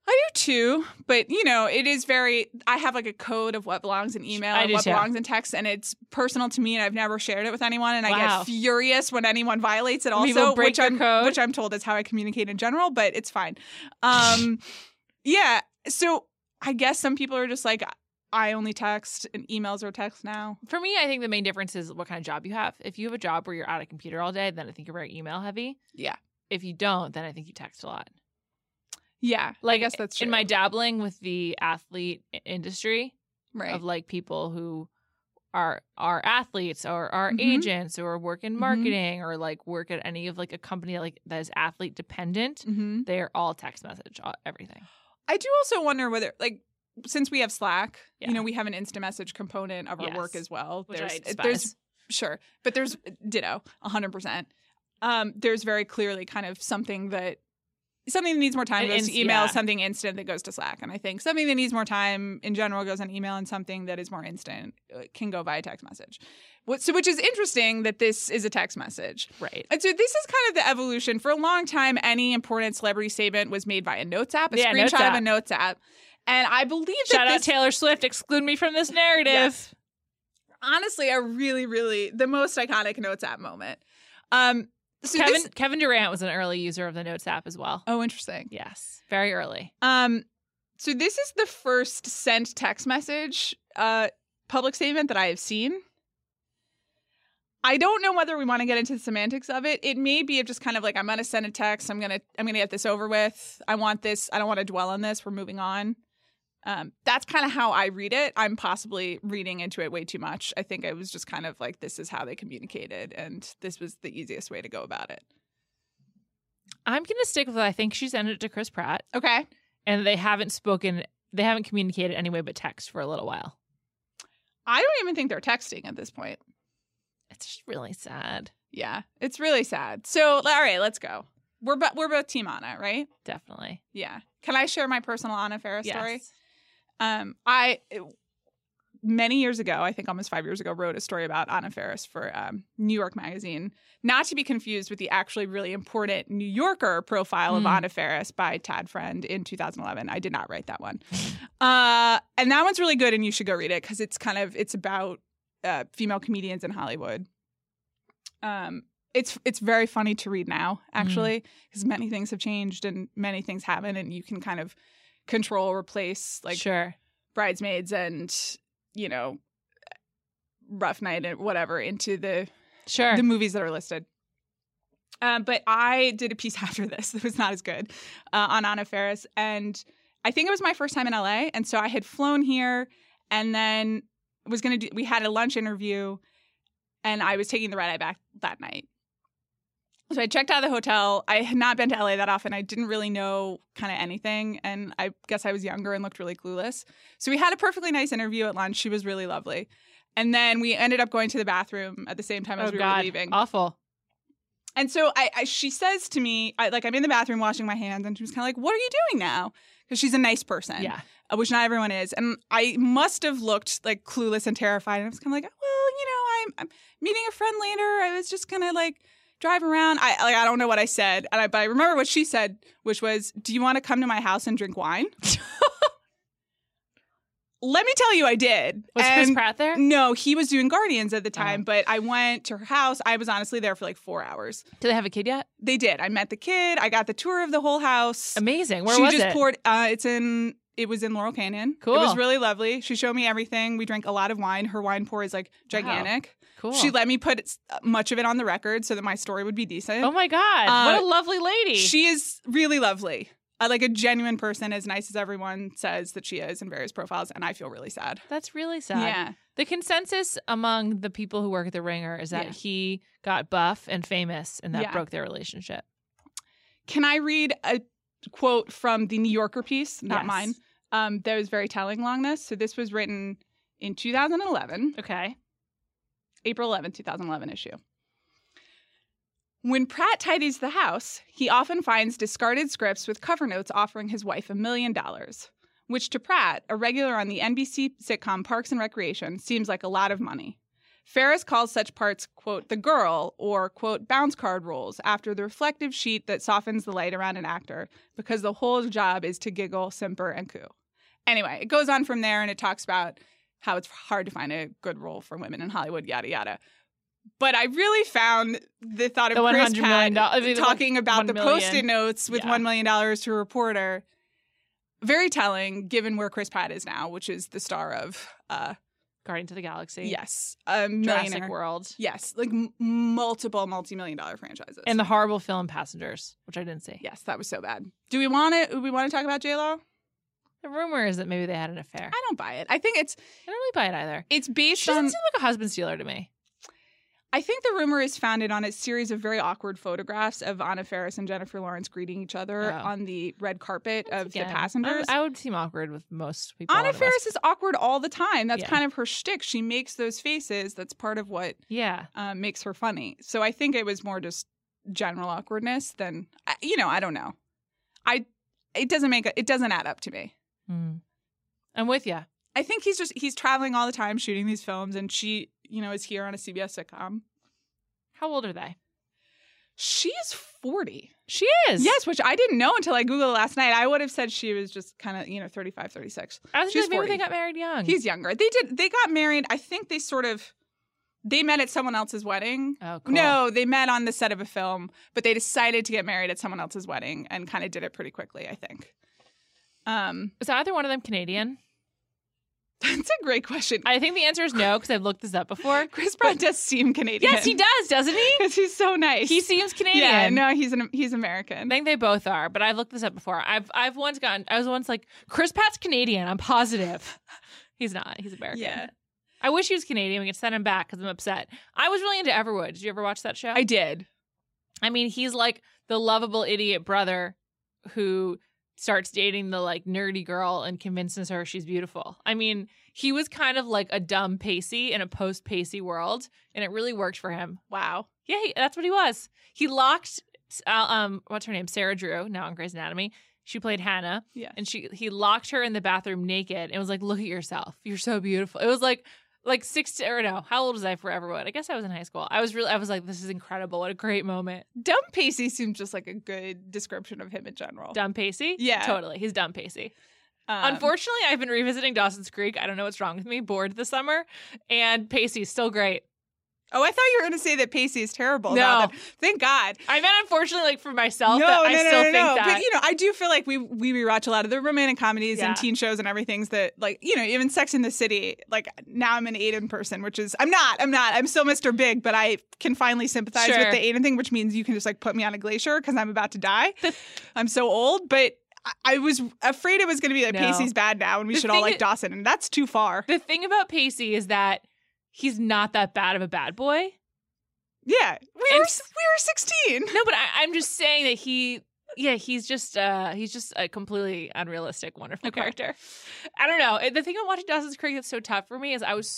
S1: I do too, but you know, it is very. I have like a code of what belongs in email
S2: I
S1: and
S2: do
S1: what
S2: too.
S1: belongs in text, and it's personal to me, and I've never shared it with anyone. And I
S2: Wow.
S1: get furious when anyone violates it.
S2: When
S1: Also,
S2: people break
S1: which
S2: your
S1: I'm
S2: code.
S1: which I'm told is how I communicate in general, but it's fine. Um, <laughs> yeah. So I guess some people are just like, I only text, and emails are text now.
S2: For me, I think the main difference is what kind of job you have. If you have a job where you're at a computer all day, then I think you're very email heavy.
S1: Yeah.
S2: If you don't, then I think you text a lot.
S1: Yeah,
S2: Like,
S1: I guess that's true.
S2: In my dabbling with the athlete i- industry,
S1: right,
S2: of like people who are are athletes or are
S1: Mhm.
S2: agents or work in
S1: Mhm.
S2: marketing or like work at any of like a company like that is athlete dependent.
S1: hmm
S2: They are all text message, all, everything.
S1: I do also wonder whether like since we have Slack,
S2: Yeah.
S1: you know, we have an instant message component of our work
S2: Yes.
S1: as well.
S2: Which
S1: there's uh,
S2: I despise.
S1: there's sure, but there's uh, ditto 100%. Um there's very clearly kind of something that something that needs more time
S2: An
S1: goes
S2: inst-
S1: to email,
S2: yeah.
S1: something instant that goes to Slack, and I think something that needs more time in general goes on email and something that is more instant uh, can go via text message. What so which is interesting that this is a text message.
S2: right.
S1: And so this is kind of the evolution. For a long time, any important celebrity statement was made by a notes app, a
S2: Yeah,
S1: screenshot
S2: Notes
S1: of a
S2: app.
S1: notes app. And I believe that
S2: Shout out
S1: this,
S2: Taylor Swift. Exclude me from this narrative.
S1: Yes. honestly, are really, really the most iconic notes app moment. Um, so
S2: Kevin
S1: this-
S2: Kevin Durant was an early user of the Notes app as well.
S1: oh, interesting.
S2: Yes, very early.
S1: Um, so this is the first sent text message uh, public statement that I have seen. I don't know whether we want to get into the semantics of it. It may be of just kind of like I'm going to send a text. I'm going to I'm going to get this over with. I want this. I don't want to dwell on this. We're moving on. Um, that's kind of how I read it. I'm possibly reading into it way too much. I think I was just kind of like this is how they communicated, and this was the easiest way to go about it.
S2: I'm gonna stick with. I think she sent it to Chris Pratt,
S1: Okay.
S2: and they haven't spoken. They haven't communicated anyway but text for a little while.
S1: I don't even think they're texting at this point.
S2: It's just really sad.
S1: Yeah, it's really sad. So, all right, let's go. We're bo- we're both team Anna, right?
S2: Definitely.
S1: Yeah. Can I share my personal Anna Faris story?
S2: Yes.
S1: Um, I many years ago, I think almost five years ago, wrote a story about Anna Faris for um, New York Magazine, not to be confused with the actually really important New Yorker profile of
S2: Mm.
S1: Anna Faris by Tad Friend in 2011. I did not write that one, uh, and that one's really good, and you should go read it because it's kind of it's about uh, female comedians in Hollywood. Um, it's it's very funny to read now, actually, because many things have changed and many things haven't, and you can kind of control, replace, like
S2: sure.
S1: bridesmaids and you know rough night and whatever into the
S2: Sure.
S1: the movies that are listed um, but i did a piece <laughs> after this that was not as good uh, on anna ferris and i think it was my first time in la and so i had flown here and then was going to do we had a lunch interview and i was taking the red eye back that night so i checked out of the hotel i had not been to la that often i didn't really know kind of anything and i guess i was younger and looked really clueless so we had a perfectly nice interview at lunch. She was really lovely. And then we ended up going to the bathroom at the same time as
S2: oh
S1: we
S2: God.
S1: were leaving.
S2: Awful.
S1: And so I, I she says to me, I, like I'm in the bathroom washing my hands, and she was kind of like, "What are you doing now?" Because she's a nice person,
S2: Yeah.
S1: uh, which not everyone is. And I must have looked like clueless and terrified. And I was kind of like, "Well, you know, I'm, I'm meeting a friend later. I was just gonna like drive around. I like I don't know what I said, and I, but I remember what she
S2: <laughs>
S1: said, which was, "Do you want to come to my house and drink wine?" Let me tell you, I did.
S2: Was Chris
S1: And-
S2: Pratt there?
S1: No, he was doing Guardians at the time,
S2: Oh.
S1: but I went to her house. I was honestly there for like four hours.
S2: Do they have a kid yet?
S1: They did. I met the kid. I got the tour of the whole house.
S2: Amazing. Where
S1: she
S2: was
S1: just
S2: it?
S1: poured. Uh, it's in. It was in Laurel Canyon. It
S2: Cool.
S1: was really lovely. She showed me everything. We drank a lot of wine. Her wine pour is like gigantic.
S2: cool.
S1: She let me put s- uh, much of it on the record so that my story would be decent.
S2: oh my god!
S1: Uh,
S2: what a lovely lady.
S1: She is really lovely. Uh, like a genuine person, as nice as everyone says that she is in various profiles, and I feel really sad.
S2: That's really sad.
S1: Yeah,
S2: The consensus among the people who work at the Ringer is that
S1: Yeah.
S2: he got buff and famous, and that
S1: Yeah.
S2: broke their relationship.
S1: Can I read a quote from the New Yorker piece, not
S2: Yes.
S1: mine, um, that was very telling along this? So this was written in 2011,
S2: Okay.
S1: April 11, 2011 issue. When Pratt tidies the house, he often finds discarded scripts with cover notes offering his wife a million dollars, which to Pratt, a regular on the NBC sitcom Parks and Recreation, seems like a lot of money. Ferris calls such parts, quote, the girl or, quote, bounce card rolls after the reflective sheet that softens the light around an actor because the whole job is to giggle, simper, and coo. Anyway, it goes on from there and it talks about how it's hard to find a good role for women in Hollywood, yada, yada. But I really found the thought of
S2: The one
S1: Chris
S2: hundred
S1: Pratt
S2: million dollars.
S1: talking about
S2: one
S1: the
S2: million.
S1: post-it notes with
S2: Yeah.
S1: one million dollars to a reporter. Very telling, given where Chris Pratt is now, which is the star of uh,
S2: Guardians of the Galaxy.
S1: yes, a
S2: Jurassic
S1: millionaire,
S2: World.
S1: yes, like m- multiple multi-million dollar franchises.
S2: And the horrible film Passengers, which I didn't see.
S1: yes, that was so bad. Do we want it? Do we want to talk about J Lo?
S2: The rumor is that maybe they had an affair.
S1: I don't buy it. I think it's
S2: I don't really buy it either.
S1: it's based
S2: She
S1: on.
S2: doesn't seem like a husband stealer to me.
S1: I think the rumor is founded on a series of very awkward photographs of Anna Faris and Jennifer Lawrence greeting each other
S2: Oh.
S1: on the red carpet
S2: Once
S1: of
S2: again,
S1: the
S2: I-
S1: passengers.
S2: I, would seem awkward with most people.
S1: Anna
S2: on a
S1: Faris is awkward all the time. That's
S2: Yeah.
S1: kind of her shtick. She makes those faces. That's part of what
S2: rest- Yeah.
S1: um, makes her funny. So I think it was more just general awkwardness than I- you know. I don't know. I it doesn't make a, it doesn't add up to me.
S2: Mm. I'm with you.
S1: I think he's just he's traveling all the time shooting these films, and she you know is here on a CBS sitcom.
S2: How old are they?
S1: She is forty.
S2: She is.
S1: Yes, which I didn't know until I googled it last night. I would have said she was just kind of, you know, 35, 36.
S2: I was
S1: she's
S2: just maybe
S1: 40.
S2: they got married young.
S1: He's younger. They did they got married. I think they sort of they met at someone else's wedding.
S2: oh cool.
S1: No, they met on the set of a film, but they decided to get married at someone else's wedding and kind of did it pretty quickly, I think. Um, <laughs>
S2: Is either one of them Canadian?
S1: that's a great question.
S2: I think the answer is no because I've looked this up <laughs> before.
S1: Chris Brown does seem Canadian.
S2: yes,
S1: <laughs>
S2: he does, doesn't he?
S1: Because he's so nice.
S2: He seems Canadian.
S1: Yeah, no, he's an he's
S2: I
S1: American.
S2: think they both are, but I've looked this up before. I've I've once gotten I was once like Chris Pat's Canadian. I'm <laughs> positive. He's not. He's American.
S1: Yeah.
S2: I wish he was Canadian. We could send him back because I'm upset. I was really into Everwood. Did you ever watch that show?
S1: I did.
S2: I mean, he's like the lovable idiot brother who starts dating the like nerdy girl and convinces her she's beautiful. I mean, he was kind of like a dumb Pacey in a post Pacey world, and it really worked for him.
S1: Wow.
S2: Yeah, he, that's what he was. He locked uh, um what's her name Sarah Drew now on Grey's Anatomy. She played Hannah,
S1: Yes.
S2: and she he locked her in the bathroom naked and was like, "Look at yourself. You're so beautiful." It was like like six or no, how old was I for Everwood? I guess I was in high school. I was really I was like, "This is incredible. What a great moment."
S1: Dumb Pacey seems just like a good description of him in general.
S2: <laughs> Dumb Pacey?
S1: Yeah.
S2: Totally. He's dumb Pacey.
S1: Um,
S2: Unfortunately, I've been revisiting Dawson's Creek. I don't know what's wrong with me. Bored this summer. And Pacey's still great.
S1: Oh, I thought you were going to say that Pacey is terrible.
S2: No.
S1: about them. Thank God.
S2: I meant unfortunately like for myself that I still think that.
S1: But you know, I do feel like we we rewatch a lot of the romantic comedies
S2: Yeah.
S1: and teen shows and everything that like you know, even Sex in the City. Like now I'm an Aiden person, which is I'm not. I'm not. I'm still Mr. Big, but I can finally sympathize
S2: Sure.
S1: with the Aiden thing, which means you can just like put me on a glacier because I'm about to
S2: <laughs>
S1: die. I'm so old, but. I- I was afraid it was going to be like
S2: No.
S1: Pacey's bad now, and we
S2: The
S1: should all
S2: thing
S1: like
S2: is-
S1: Dawson, and that's too far.
S2: the thing about Pacey is that he's not that bad of a bad boy.
S1: Yeah, we
S2: And
S1: were
S2: s-
S1: s- we were sixteen.
S2: No, but I, I'm just saying that he yeah, he's just uh he's just a completely unrealistic, wonderful
S1: Okay.
S2: character. I don't know. The thing about watching Dawson's Creek that's so tough for me is I was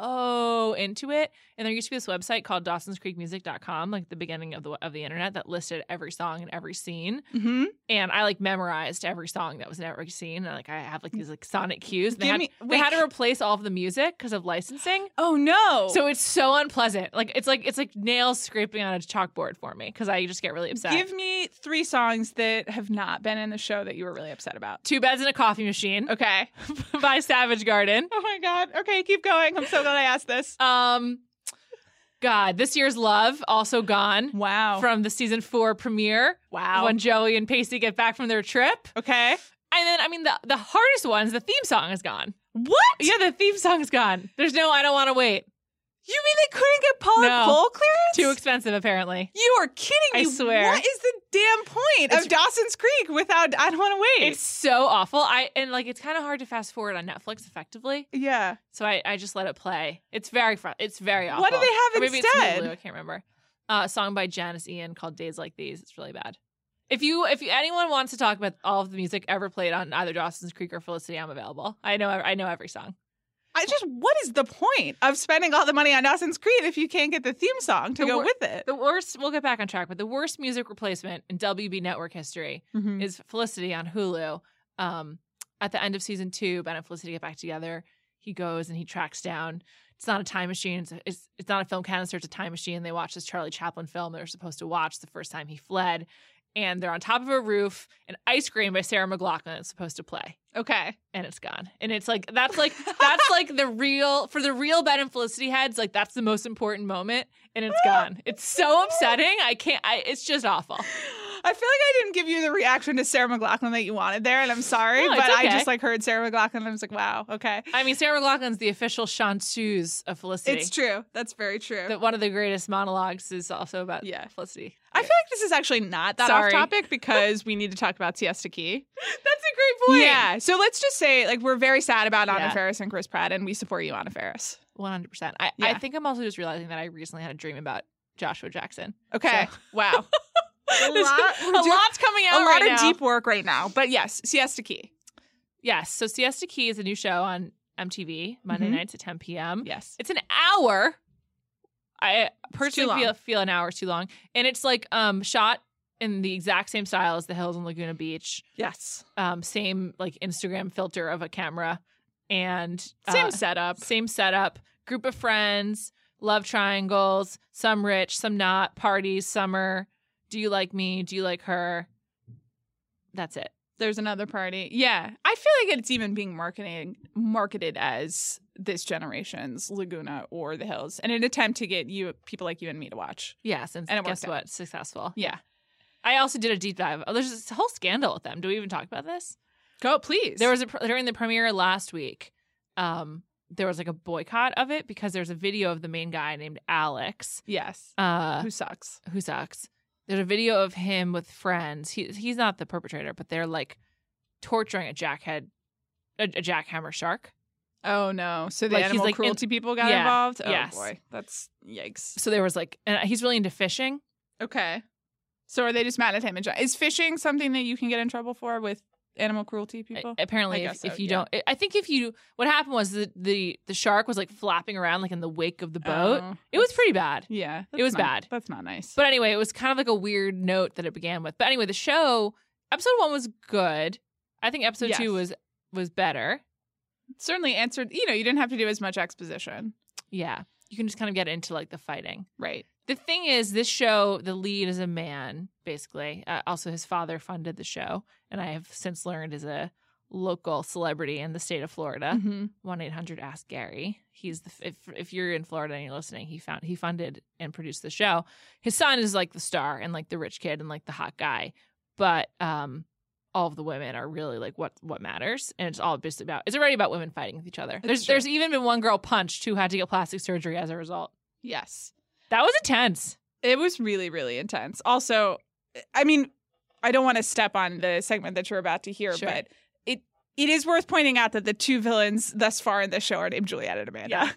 S2: so into it. And there used to be this website called Dawson's Creek Music.com, like the beginning of the of the internet that listed every song and every scene.
S1: Mm-hmm.
S2: And I like memorized every song that was in every scene. And like I have like these like sonic cues. And They
S1: Give
S2: had,
S1: me-
S2: they had
S1: wait.
S2: to replace all of the music because of licensing.
S1: Oh no!
S2: So it's so unpleasant. Like it's like it's like nails scraping on a chalkboard for me because I just get really upset.
S1: Give me three songs songs that have not been in the show that you were really upset about.
S2: Two Beds and a Coffee Machine <laughs>
S1: Okay. <laughs>
S2: by Savage Garden.
S1: Oh my God. Okay, keep going. I'm so glad I asked this.
S2: Um, God, this year's Love also gone
S1: Wow.
S2: from the season four premiere
S1: wow.
S2: when Joey and Pacey get back from their trip.
S1: okay.
S2: And then, I mean, the, the hardest ones, the theme song is gone.
S1: What?
S2: Yeah, the theme song's gone. There's no I Don't Want to Wait.
S1: You mean they couldn't get Paul
S2: No.
S1: and Cole clearance?
S2: Too expensive, apparently.
S1: you are kidding me.
S2: I swear.
S1: What is the damn point
S2: It's-
S1: of Dawson's Creek without I don't want to wait?
S2: It's so awful. I and like it's kind of hard to fast forward on Netflix effectively,
S1: yeah.
S2: so I, I just let it play. It's very fr- it's very awful.
S1: What do they have
S2: Or maybe
S1: instead?
S2: It's Hulu, I can't remember. Uh, a song by Janice Ian called "Days Like These." It's really bad. If you if you, anyone wants to talk about all of the music ever played on either Dawson's Creek or Felicity, I'm available. I know I know every song.
S1: I just what is the point of spending all the money on Dawson's Creek if you can't get the theme song to
S2: The
S1: go
S2: wor-
S1: with it?
S2: The worst. We'll get back on track, but the worst music replacement in WB network history
S1: Mhm.
S2: is Felicity on Hulu. Um, at the end of season two, Ben and Felicity get back together. He goes and he tracks down. It's not a time machine. It's, it's, it's not a film canister. It's a time machine. They watch this Charlie Chaplin film they're supposed to watch the first time he fled. And they're on top of a roof, and Ice Cream by Sarah McLaughlin is supposed to play.
S1: Okay.
S2: And it's gone. And it's like, that's like, that's like the real, for the real Ben and Felicity heads, like, that's the most important moment. And it's gone. It's so upsetting. I can't, I, it's just awful.
S1: I feel like I didn't give you the reaction to Sarah McLaughlin that you wanted there, and I'm sorry,
S2: No, it's
S1: but I
S2: okay.
S1: just like heard Sarah McLaughlin and I was like, wow, okay.
S2: I mean, Sarah McLaughlin's the official chanteuse of Felicity.
S1: It's true. That's very true.
S2: That one of the greatest monologues is also about
S1: Yeah.
S2: Felicity.
S1: I feel like this is actually not that off
S2: Sorry. <laughs>
S1: topic because we need to talk about Siesta Key.
S2: That's a
S1: Yeah. So let's just say, like, we're very sad about Anna
S2: Yeah.
S1: Ferris and Chris Pratt, and we support you, Anna Ferris.
S2: One hundred percent. I I
S1: Yeah.
S2: think I'm also just realizing that I recently had a dream about Joshua Jackson.
S1: Okay.
S2: <laughs>
S1: Wow. <laughs> This-
S2: lot-
S1: we're
S2: <laughs> a
S1: doing
S2: lot's coming out.
S1: a lot
S2: right
S1: of
S2: now.
S1: deep work right now. But yes, Siesta Key.
S2: Yes. So Siesta Key is a new show on MTV Monday
S1: Mhm.
S2: nights at 10 p.m.
S1: Yes.
S2: It's an hour. I personally
S1: long.
S2: feel feel an hour is too long, and it's like um shot in the exact same style as The Hills on Laguna Beach.
S1: Yes.
S2: um, same like Instagram filter of a camera and uh,
S1: Same setup.
S2: same setup, group of friends, love triangles, some rich, some not, parties, summer. Do you like me? Do you like her? That's it.
S1: There's another party. Yeah. I feel like it's even being marketing marketed as this generation's Laguna or the Hills in an attempt to get you people like you and me to watch.
S2: Yes, and,
S1: And it
S2: guess
S1: worked out.
S2: what? Successful.
S1: Yeah.
S2: I also did a deep dive. Oh, there's this whole scandal with them. Do we even talk about this?
S1: Go, please.
S2: There was a pr- during the premiere last week. Um, there was like a boycott of it because there's a video of the main guy named Alex.
S1: yes.
S2: Uh,
S1: Who sucks?
S2: who sucks. There's a video of him with friends. He he's not the perpetrator, but they're like torturing a jackhead, a, a jackhammer shark.
S1: Oh no! So the
S2: Like, he's,
S1: animal
S2: like, in-
S1: cruelty people got
S2: Yeah.
S1: involved. Oh
S2: Yes.
S1: boy, that's yikes.
S2: So there was like, and he's really into fishing.
S1: Okay, so are they just mad at him? And jo- is fishing something that you can get in trouble for with animal cruelty
S2: A-
S1: people?
S2: Apparently,
S1: I
S2: if,
S1: guess so,
S2: if you
S1: yeah.
S2: don't, I- I think if you, what happened was the the the shark was like flapping around like in the wake of the boat.
S1: Oh,
S2: it was
S1: that's-
S2: pretty bad.
S1: Yeah,
S2: it
S1: that's
S2: was
S1: not-
S2: bad.
S1: That's not nice.
S2: But anyway, it was kind of like a weird note that it began with. But anyway, the show episode one was good. I think episode
S1: Yes.
S2: two was was better.
S1: It certainly answered. You know, you didn't have to do as much exposition,
S2: Yeah, you can just kind of get into like the fighting.
S1: right?
S2: the thing is this show the lead is a man basically uh, also his father funded the show and i have since learned is a local celebrity in the state of florida
S1: Mhm.
S2: 1-800 ask gary he's the if, if you're in florida and you're listening he found he funded and produced the show his son is like the star and like the rich kid and like the hot guy but um all of the women are really like what what matters and it's all basically about it's already about women fighting with each other there's
S1: true.
S2: there's even been one girl punched who had to get plastic surgery as a result
S1: Yes,
S2: that was intense
S1: it was really, really intense. Also, I mean, I don't want to step on the segment that you're about to hear,
S2: Sure.
S1: but it it is worth pointing out that the two villains thus far in the show are named Juliet and Amanda.
S2: Yeah.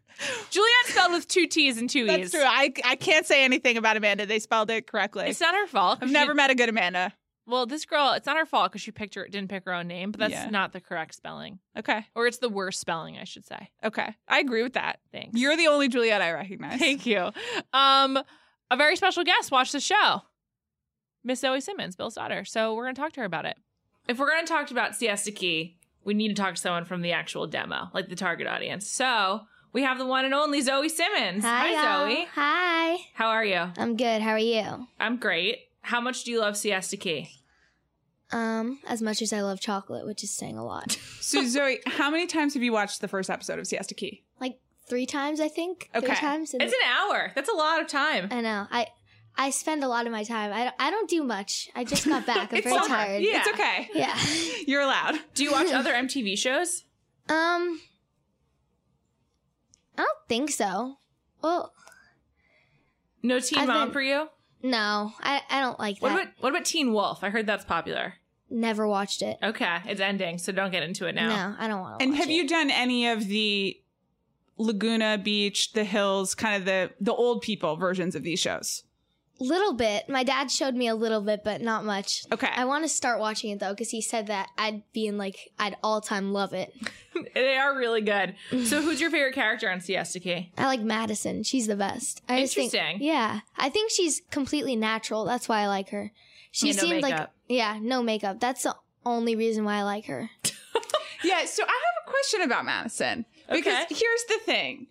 S2: Juliet spelled with two T's and two
S1: <laughs> That's
S2: E's.
S1: true. I, I can't say anything about Amanda. They spelled it correctly.
S2: It's not her fault. 'cause
S1: I've
S2: she-
S1: never met a good Amanda.
S2: well, this girl, it's not her fault because she picked her didn't pick her own name, but that's
S1: Yeah.
S2: not the correct spelling,
S1: Okay.
S2: or it's the worst spelling, I should say.
S1: Okay. I agree with that.
S2: Thanks. <laughs>
S1: You're the only Juliet I recognize.
S2: Thank you. Um, a very special guest watched the show, Miss Zoe Simmons, Bill's daughter. So we're going to talk to her about it. If we're going to talk about Siesta Key, we need to talk to someone from the actual demo, like the target audience. So we have the one and only Zoe Simmons.
S3: Hi, y'all. Hi.
S2: How are you?
S3: I'm good. How are you?
S2: I'm great. How much do you love Siesta Key?
S3: Um, as much as I love chocolate, which is saying a lot. <laughs>
S1: So Zoe, how many times have you watched the first episode of Siesta Key?
S3: like three times, I think.
S1: Okay.
S3: Three times. and-
S2: It's an hour. That's a lot of time.
S1: Uh,
S3: I know. I I spend a lot of my time. I don't, I don't do much. I just got back. I'm
S1: It's
S3: very
S1: summer.
S3: tired.
S2: Yeah.
S1: It's okay.
S3: Yeah.
S1: You're allowed.
S2: Do
S1: <laughs>
S2: you watch other MTV shows?
S3: Um. I don't think so. Well,
S2: No Teen
S3: I've
S2: Mom
S3: been-
S2: for you?
S3: no. I I don't like
S2: What
S3: that.
S2: about what about Teen Wolf? I heard that's popular.
S3: Never watched it.
S2: Okay, it's ending, so don't get into it now.
S3: No, I don't want to.
S1: And have you done any of the Laguna Beach, the hills, kind of the the old people versions of these shows?
S3: Little bit. My dad showed me a little bit, but not much.
S1: Okay.
S3: I want to start watching it though, because he said that I'd be in like I'd all time love it.
S2: <laughs> They are really good. So who's your favorite character on Siesta Key?
S3: I like Madison. She's the best. I just think,
S2: Interesting.
S3: yeah, I think she's completely natural. That's why I like her. She
S2: Yeah, no
S3: seemed like
S2: makeup.
S3: yeah, no makeup. That's the only reason why I like her.
S1: Yeah, so I have a question about Madison. Because
S2: Okay.
S1: here's the thing.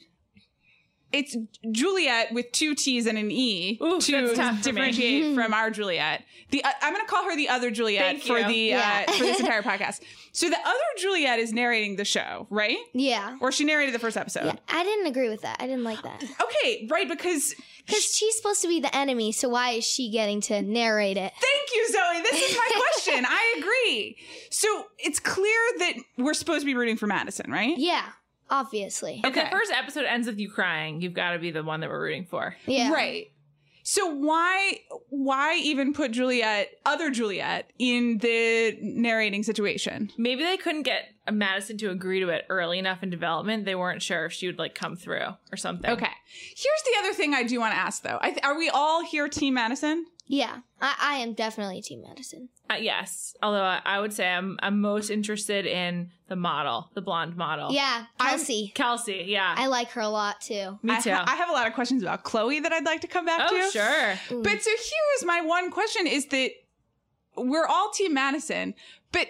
S1: It's Juliet with two T's and an E
S2: Ooh,
S1: to
S2: that's tough for me. <laughs>
S1: differentiate from our Juliet. The uh, I'm going to call her the other Juliet
S2: Thank
S1: for
S2: you.
S1: the
S3: Yeah.
S1: uh, for this
S2: <laughs>
S1: entire podcast. So the other Juliet is narrating the show, right?
S3: Yeah.
S1: Or she narrated the first episode.
S3: Yeah, I didn't agree with that. I didn't like that
S1: Okay, right because
S3: because she's supposed to be the enemy. So why is she getting to narrate it?
S1: Thank you, Zoe. This is my question.
S2: <laughs>
S1: I agree. So it's clear that we're supposed to be rooting for Madison, right?
S3: Yeah, obviously.
S2: If the
S1: Okay.
S2: first episode ends with you crying, you've got to be the one that we're rooting for.
S3: Yeah.
S1: Right. So why why even put Juliet, other Juliet, in the narrating situation?
S2: Maybe they couldn't get Madison to agree to it early enough in development. They weren't sure if she would like come through or something.
S1: Okay. Here's the other thing I do want to ask though. I th- are we all here team Madison?
S3: Yeah, I, I am definitely Team Madison.
S2: Uh, yes. Although I, I would say I'm I'm most interested in the model, the blonde model.
S3: Yeah,
S1: I'm-
S3: Kelsey.
S2: Kelsey. Oh. Yeah.
S3: I like her a lot too.
S2: Me
S1: I,
S2: too.
S1: ha- I have a lot of questions about Chloe that I'd like to come back
S2: oh
S1: to.
S2: sure.
S3: Mm.
S1: But so here's my one question is that we're all team Madison, but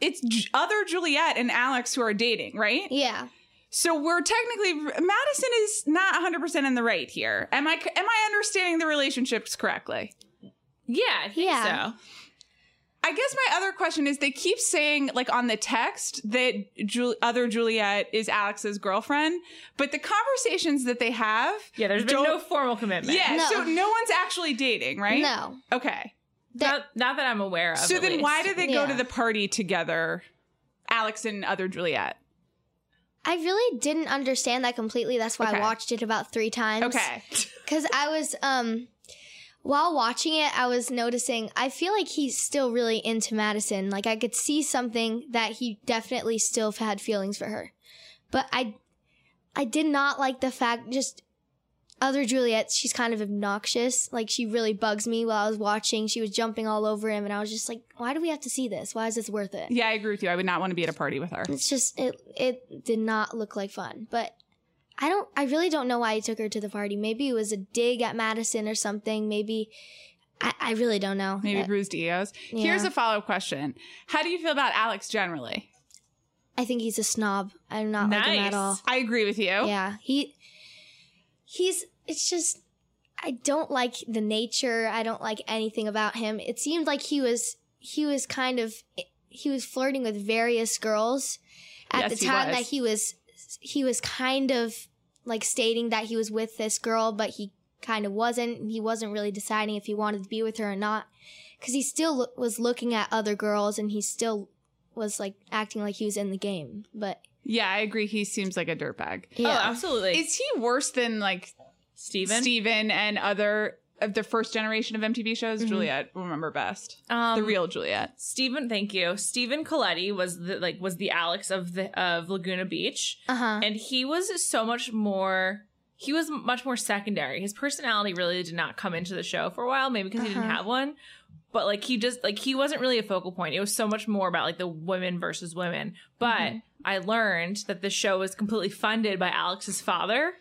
S1: it's J- other Juliet and Alex who are dating, right?
S3: Yeah.
S1: So we're technically Madison is not 100% in the right here. Am I am I understanding the relationships correctly?
S2: Yeah. I think
S3: Yeah.
S2: So
S1: I guess my other question is they keep saying like on the text that Ju- other Juliet is Alex's girlfriend, but the conversations that they have
S2: yeah. There's been
S1: Don't-
S2: no formal commitment.
S1: Yeah,
S3: No.
S1: so no one's actually dating, right?
S3: No.
S1: Okay.
S2: Not, not that I'm aware of.
S1: So
S2: at
S1: then
S2: least.
S1: why do they go
S3: Yeah.
S1: to the party together? Alex and other Juliet.
S3: I really didn't understand that completely. That's why
S1: Okay.
S3: I watched it about three times.
S1: Okay.
S3: Because I was, um, while watching it, I was noticing, I feel like he's still really into Madison. Like, I could see something that he definitely still had feelings for her. But I, I did not like the fact, just other Juliet, she's kind of obnoxious. Like, she really bugs me while I was watching. She was jumping all over him, and I was just like, why do we have to see this? Why is this worth it?
S1: Yeah, I agree with you. I would not want to be at a party with her.
S3: It's just it it did not look like fun. But I don't I really don't know why he took her to the party. Maybe it was a dig at Madison or something. Maybe I, I really don't know.
S1: Maybe
S3: Uh,
S1: bruised egos.
S3: yeah.
S1: Here's a follow up question How do you feel about Alex generally?
S3: I think he's a snob. I'm not like him
S2: Nice.
S3: at all.
S1: I agree with you.
S2: Oh.
S3: Yeah. He he's it's just I don't like the nature. I don't like anything about him. It seemed like he was he was kind of he was flirting with various girls
S2: Yes,
S3: at the
S2: he
S3: time
S2: was.
S3: that he was he was kind of like stating that he was with this girl, but he kind of wasn't. and He wasn't really deciding if he wanted to be with her or not cuz he still lo- was looking at other girls and he still was like acting like he was in the game. But
S1: Yeah, I agree. He seems like a dirtbag.
S2: Oh,
S3: yeah.
S2: absolutely.
S1: Is he worse than like
S2: Steven?
S1: Steven, and other of the first generation of MTV shows?
S3: Mhm.
S1: Juliet, remember best.
S2: um,
S1: the real Juliet.
S2: Stephen, thank you. Stephen Coletti was the like was the Alex of the of Laguna Beach,
S3: uh-huh.
S2: and he was so much more. He was much more secondary. His personality really did not come into the show for a while, maybe because he didn't
S3: Uh-huh.
S2: have one. But like he just like he wasn't really a focal point. It was so much more about like the women versus women. But
S3: Mm-hmm.
S1: Mhm.
S2: I learned that the show was completely funded by Alex's father.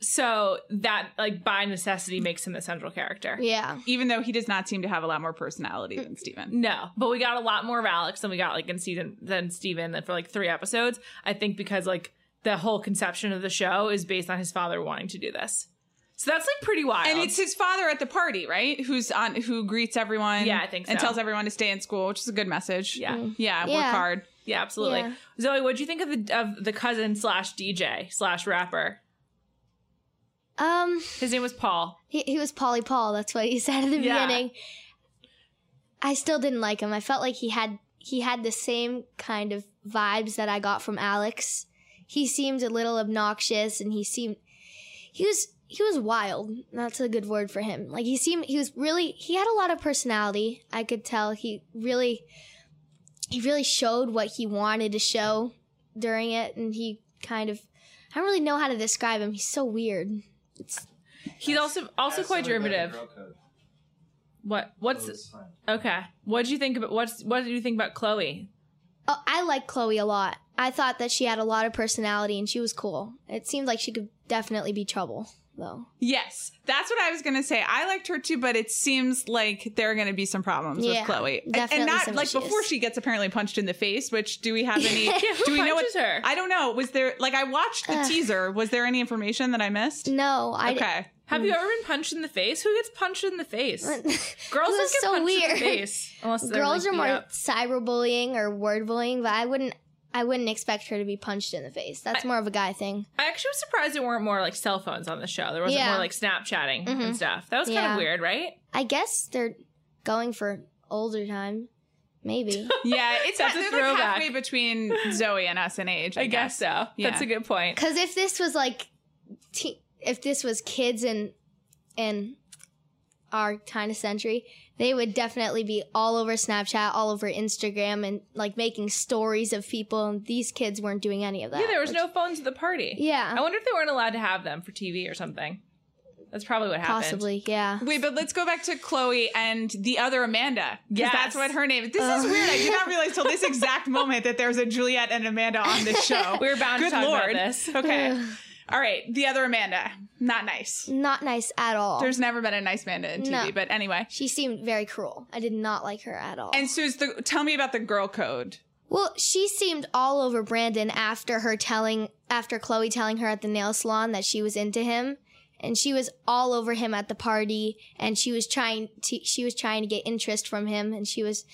S2: So that like by necessity makes him the central character.
S3: Yeah.
S1: Even though he does not seem to have a lot more personality
S3: Mm.
S1: than Steven.
S2: No, but we got a lot more of Alex than we got like in season than Steven than for like three episodes. I think because like the whole conception of the show is based on his father wanting to do this. So that's like pretty wild.
S1: And it's his father at the party, right? Who's on who greets everyone.
S2: Yeah, I think
S1: And
S2: so.
S1: tells everyone to stay in school, which is a good message.
S2: yeah,
S3: Mm.
S1: Yeah,
S3: Yeah.
S1: work hard.
S2: yeah, absolutely.
S3: Yeah.
S2: Zoe, what'd you think of the of the cousin slash DJ slash rapper?
S3: Um,
S2: His name was Paul.
S3: he, he was Polly Paul. That's what he <laughs> said at the
S2: Yeah.
S3: beginning. I still didn't like him. I felt like he had he had the same kind of vibes that I got from Alex. He seemed a little obnoxious, and he seemed he was he was wild. That's a good word for him. Like he seemed he was really he had a lot of personality. I could tell he really he really showed what he wanted to show during it, and he kind of I don't really know how to describe him. He's so weird.
S2: He's also also quite derivative. What what's okay? What'd you think about what's what did you think about
S3: <laughs>
S2: Chloe?
S3: Oh, I like Chloe a lot. I thought that she had a lot of personality and she was cool. It seemed like she could definitely be trouble, though.
S1: Yes, that's what I was gonna say. I liked her too, but it seems like there are gonna be some problems
S3: Yeah,
S1: with Chloe, And- and,
S3: definitely
S1: not
S3: some
S1: like
S3: issues.
S1: before she gets apparently punched in the face. Which do we have <laughs> any?
S2: Yeah, who
S1: do we know what?
S2: punches her?
S1: I don't know. Was there like I watched the
S3: Ugh.
S1: teaser? Was there any information that I missed?
S3: No, I.
S1: Okay,
S2: Have you
S3: Mm.
S2: ever been punched in the face? Who gets punched in the face? <laughs> Girls
S3: This
S2: don't
S3: is
S2: get
S3: so
S2: punched in
S3: weird.
S2: the face
S3: <laughs>
S2: unless they're
S3: Girls
S2: like,
S3: are
S2: beat
S3: more
S2: up.
S3: cyberbullying or word bullying, but I wouldn't. I wouldn't expect her to be punched in the face. That's more of a guy thing.
S2: I actually was surprised there weren't more like cell phones on the show. There wasn't
S3: Yeah.
S2: more like Snapchatting and
S3: Mhm.
S2: stuff. That was kind
S3: Yeah.
S2: of weird, right?
S3: I guess they're going for older time, maybe.
S1: <laughs> yeah, it's
S2: That's
S1: ha-
S2: a
S1: they're like
S2: throwback.
S1: halfway between Zoe and us in age. I,
S2: I guess so.
S1: Yeah.
S2: That's a good point.
S3: Because if this was like, te- if this was kids in in our kind of century, they would definitely be all over Snapchat, all over Instagram, and like making stories of people. And these kids weren't doing any of that.
S2: Yeah, there was
S3: which-
S2: no phones at the party. I
S3: Yeah,
S2: wonder if they weren't allowed to have them for TV or something. That's probably what happened.
S3: possibly. Yeah.
S1: Wait, but let's go back to Chloe and the other Amanda. Yeah,
S2: Yes.
S1: that's what her name. This is
S3: Oh.
S1: weird. I did not realize till this
S3: <laughs>
S1: exact moment that there's a Juliet and Amanda on this show.
S2: We were bound
S1: Good
S2: to talk
S1: lord. <laughs>
S2: about this.
S1: Okay.
S3: <sighs>
S1: All right. The other Amanda. Not nice.
S3: Not nice at all.
S1: There's never been a nice Amanda in TV,
S3: No.
S1: but anyway.
S3: she seemed very cruel. I did not like her at all.
S1: And so it's the tell me about the girl code.
S3: Well, she seemed all over Brandon after her telling after Chloe telling her at the nail salon that she was into him and she was all over him at the party and she was trying to she was trying to get interest from him and she was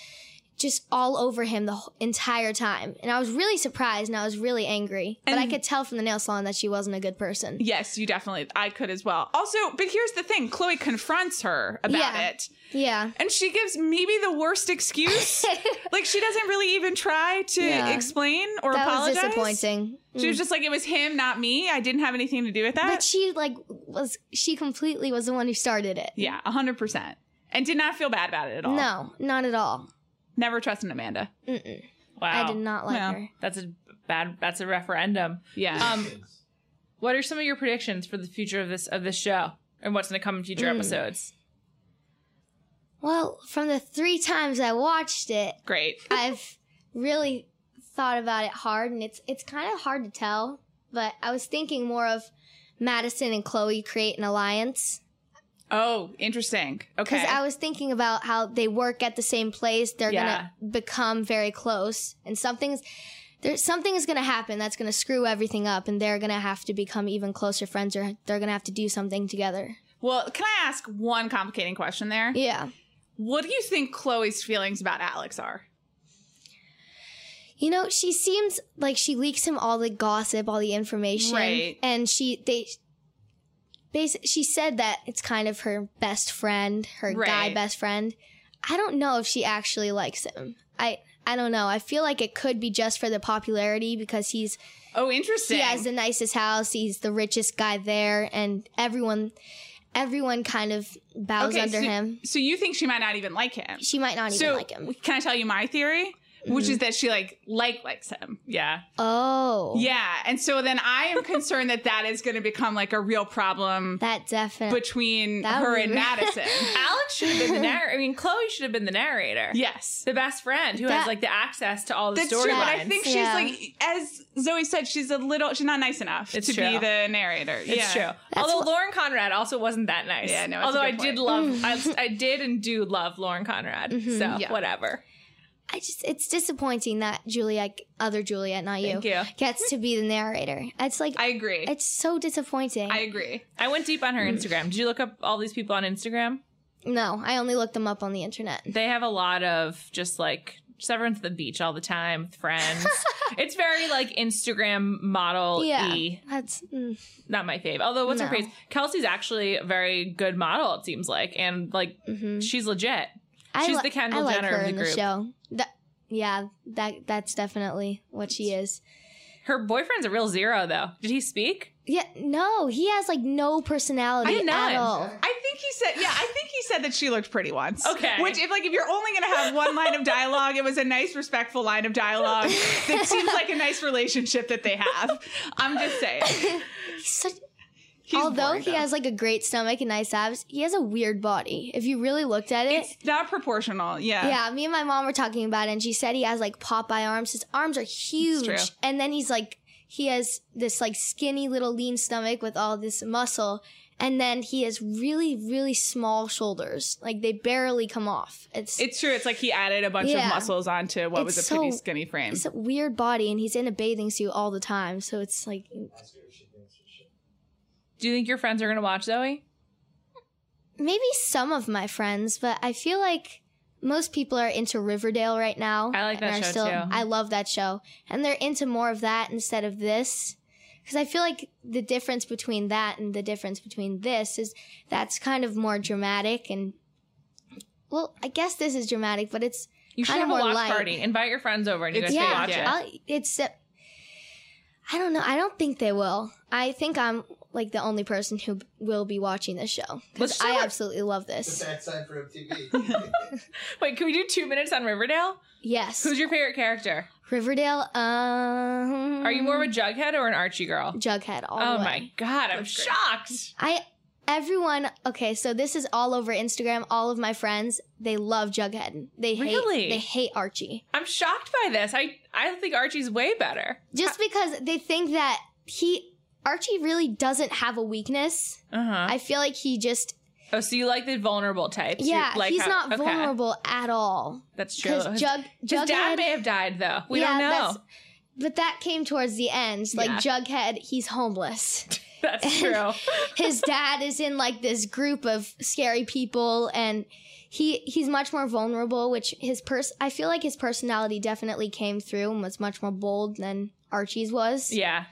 S3: just all over him the wh- entire time. And I was really surprised and I was really angry, but I
S1: And-
S3: could tell from the nail salon that she wasn't a good person.
S1: Yes, you definitely I could as well. Also, but here's the thing, Chloe confronts her about
S3: Yeah.
S1: it.
S3: Yeah. <laughs>
S1: And she gives maybe the worst excuse. like she doesn't really even try to
S3: Yeah.
S1: explain or
S3: that
S1: apologize.
S3: was disappointing. Mm.
S1: She was just like, it was him, not me. I didn't have anything to do with that.
S3: But she like was she completely was the one who started it.
S1: yeah, hundred percent. And did not feel bad about it at all.
S3: No, not at all.
S1: Never trust an Amanda.
S3: Mm-mm.
S2: Wow.
S3: I did not like
S1: No.
S3: her.
S2: That's a bad that's a referendum.
S1: Yeah.
S2: Um what are some of your predictions for the future of this of this show? And what's gonna come in future
S3: Mm.
S2: episodes?
S3: Well, from the three times I watched it,
S1: Great. <laughs>
S3: I've really thought about it hard, and it's it's kind of hard to tell. But I was thinking more of Madison and Chloe create an alliance
S1: Oh, interesting.
S3: because
S1: Okay.
S3: I was thinking about how they work at the same place. They're gonna become very close, and something's there's something is gonna happen that's gonna screw everything up, and they're gonna have to become even closer friends, or they're gonna have to do something together.
S1: well, can I ask one complicating question there?
S3: Yeah.
S1: What do you think Chloe's feelings about Alex are?
S3: You know, she seems like she leaks him all the gossip, all the information,
S1: Right.
S3: and she they basi- she said that it's kind of her best friend, her guy
S1: Right.
S3: best friend. I don't know if she actually likes him. I I don't know. I feel like it could be just for the popularity because he's
S1: Oh, interesting.
S3: he has the nicest house, he's the richest guy there, and everyone everyone kind of bows
S1: Okay, so-
S3: under him.
S1: so you think she might not even like him?
S3: She might not
S1: so
S3: even like him. Mm-hmm.
S1: can I tell you my theory? Which is that she like like likes him.
S2: Yeah.
S3: Oh,
S1: Yeah, and so then I am concerned that that is going to become like a real problem
S3: that definitely.
S1: between
S3: That
S1: her
S3: would be
S1: and
S3: re- <laughs>
S1: Madison.
S2: Alex should have
S1: <laughs>
S2: been the narrator. I mean, Chloe should have been the narrator.
S1: yes.
S2: The best friend who has
S3: That-
S2: like the access to all the
S1: That's true, but I
S2: storylines.
S1: think
S3: Yeah.
S1: she's like, as Zoe said, she's a little, she's not nice enough
S2: It's
S1: to be
S2: true.
S1: the narrator.
S2: It's
S1: yeah.
S2: true. Although Lauren Conrad also wasn't that nice.
S1: Yeah, no, it's a <laughs>
S2: Although
S1: good
S3: Mm-hmm.
S2: I did love, I, I did and do love Lauren Conrad. So
S1: Yeah.
S2: whatever.
S3: I just it's disappointing that Juliet, other Juliet, not you,
S1: Thank you.
S3: gets to be the narrator. It's like
S1: I agree.
S3: it's so disappointing.
S1: I agree.
S2: I went deep on her
S1: Mm.
S2: Instagram. Did you look up all these people on Instagram?
S3: no, I only looked them up on the internet.
S2: They have a lot of just like Severin's at the beach all the time with
S3: <laughs>
S2: friends. it's very like Instagram model
S3: Yeah,
S2: e.
S3: that's mm,
S2: Not my fave. Although what's her
S3: No.
S2: face? Kelsey's actually a very good model, it seems like. And like
S3: mhm.
S2: she's legit.
S3: I
S2: She's
S3: li-
S2: the Kendall
S3: I like
S2: Jenner
S3: her
S2: of the
S3: in
S2: group.
S3: the show. That, yeah, that that's definitely what she is.
S2: Her boyfriend's a real zero though. Did he speak?
S3: Yeah, no, he has like no personality
S2: I know
S3: at
S2: him.
S3: all.
S1: I think he said, yeah, I think he said that she looked pretty once.
S2: Okay.
S1: Which, if like, if you're only gonna have one line of dialogue, it was a nice, respectful line of dialogue that seems like a nice relationship that they have. I'm just saying.
S3: He's such,
S1: He's
S3: although
S1: boring,
S3: he
S1: though.
S3: has like a great stomach and nice abs, he has a weird body. If you really looked at it,
S1: it's not proportional. Yeah.
S3: yeah, me and my mom were talking about it, and she said he has like Popeye arms. His arms are
S1: true.
S3: huge, and then he's like he has this like skinny little lean stomach with all this muscle, and then he has really really small shoulders. Like they barely come off. It's
S1: It's true. It's like he added a bunch
S3: Yeah.
S1: of muscles onto what
S3: It's
S1: was a pretty
S3: so-
S1: skinny frame.
S3: it's a weird body, and he's in a bathing suit all the time. So it's like
S2: Do you think your friends are gonna watch Zoe?
S3: maybe some of my friends, but I feel like most people are into Riverdale right now.
S2: I like that
S3: and are
S2: show,
S3: still,
S2: too.
S3: I love that show, and they're into more of that instead of this. Because I feel like the difference between that and the difference between this is that's kind of more dramatic and well, I guess this is dramatic, but it's
S2: You should
S3: Kinda
S2: have a
S3: more
S2: watch
S3: light.
S2: party. Invite your friends over and you
S1: It's-
S2: guys
S1: Yeah.
S2: can watch it.
S1: Yeah.
S3: I'll- it's. uh, I don't know. I don't think they will. I think I'm like the only person who b- will be watching this show
S2: Let's
S3: because
S2: do
S3: I
S2: it.
S3: absolutely love
S4: The
S3: this.
S4: bad sign for
S2: <laughs>
S4: MTV.
S2: Wait, can we do two minutes on Riverdale?
S3: Yes.
S2: Who's your favorite character?
S3: Riverdale. Um,
S2: Are you more of a Jughead or an Archie girl?
S3: Jughead? All
S2: Oh
S3: the way.
S2: my god, I'm
S1: That's great.
S2: shocked.
S3: I everyone. Okay, so this is all over Instagram. All of my friends they love Jughead. They
S2: Really?
S3: hate. They hate Archie
S2: I'm shocked by this. I I think Archie's way better.
S3: just because they think that he Archie really doesn't have a weakness.
S2: Uh huh.
S3: I feel like he just
S2: Oh, so you like the vulnerable types? You
S3: yeah
S2: like
S3: he's
S2: how-
S3: not
S2: okay,
S3: vulnerable at all.
S2: That's true.
S3: Because
S2: His,
S3: Jug
S2: his dad
S3: Jughead.
S2: may have died though. We
S3: Yeah,
S2: don't know.
S3: but that came towards the end. Like Jughead, he's homeless.
S2: <laughs> That's,
S3: <laughs>
S2: true.
S3: his dad is in like this group of scary people and he he's much more vulnerable which his pers i feel like his personality definitely came through and was much more bold than archie's was
S2: yeah,